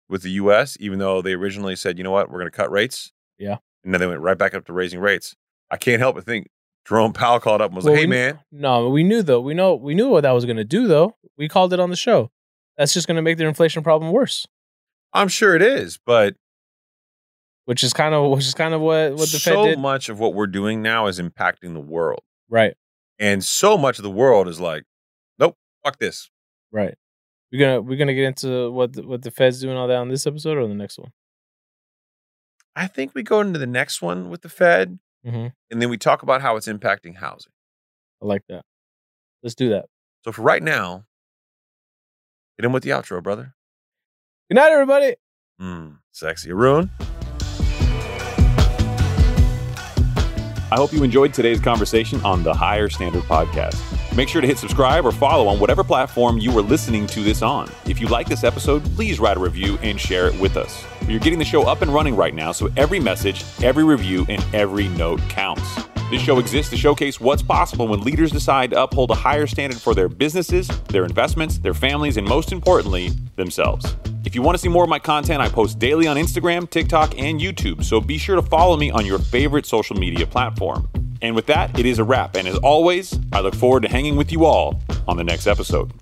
Speaker 1: with the U.S., even though they originally said, you know what, we're going to cut rates.
Speaker 2: Yeah.
Speaker 1: And then they went right back up to raising rates. I can't help but think Jerome Powell called up and was
Speaker 2: Well,
Speaker 1: like, hey,
Speaker 2: we-
Speaker 1: man,
Speaker 2: no, we knew though. We know we knew what that was going to do though. We called it on the show. That's just going to make their inflation problem worse.
Speaker 1: I'm sure it is, but
Speaker 2: which is kind of which is kind of what what the
Speaker 1: so
Speaker 2: Fed did.
Speaker 1: much of what we're doing now is impacting the world.
Speaker 2: Right,
Speaker 1: And so much of the world is like, nope, fuck this.
Speaker 2: right. We're gonna we're gonna get into what the, what the Fed's doing all that on this episode or the next one.
Speaker 1: I think we go into the next one with the Fed,
Speaker 2: hmm
Speaker 1: and then we talk about how it's impacting housing.
Speaker 2: I like that. Let's do that.
Speaker 1: So for right now, get in with the outro, brother.
Speaker 2: Good night, everybody.
Speaker 1: Mm, sexy. Arun?
Speaker 5: I hope you enjoyed today's conversation on the Higher Standard Podcast. Make sure to hit subscribe or follow on whatever platform you are listening to this on. If you like this episode, please write a review and share it with us. You're getting the show up and running right now, so every message, every review, and every note counts. This show exists to showcase what's possible when leaders decide to uphold a higher standard for their businesses, their investments, their families, and most importantly, themselves. If you want to see more of my content, I post daily on Instagram, TikTok, and YouTube, so be sure to follow me on your favorite social media platform. And with that, it is a wrap. And as always, I look forward to hanging with you all on the next episode.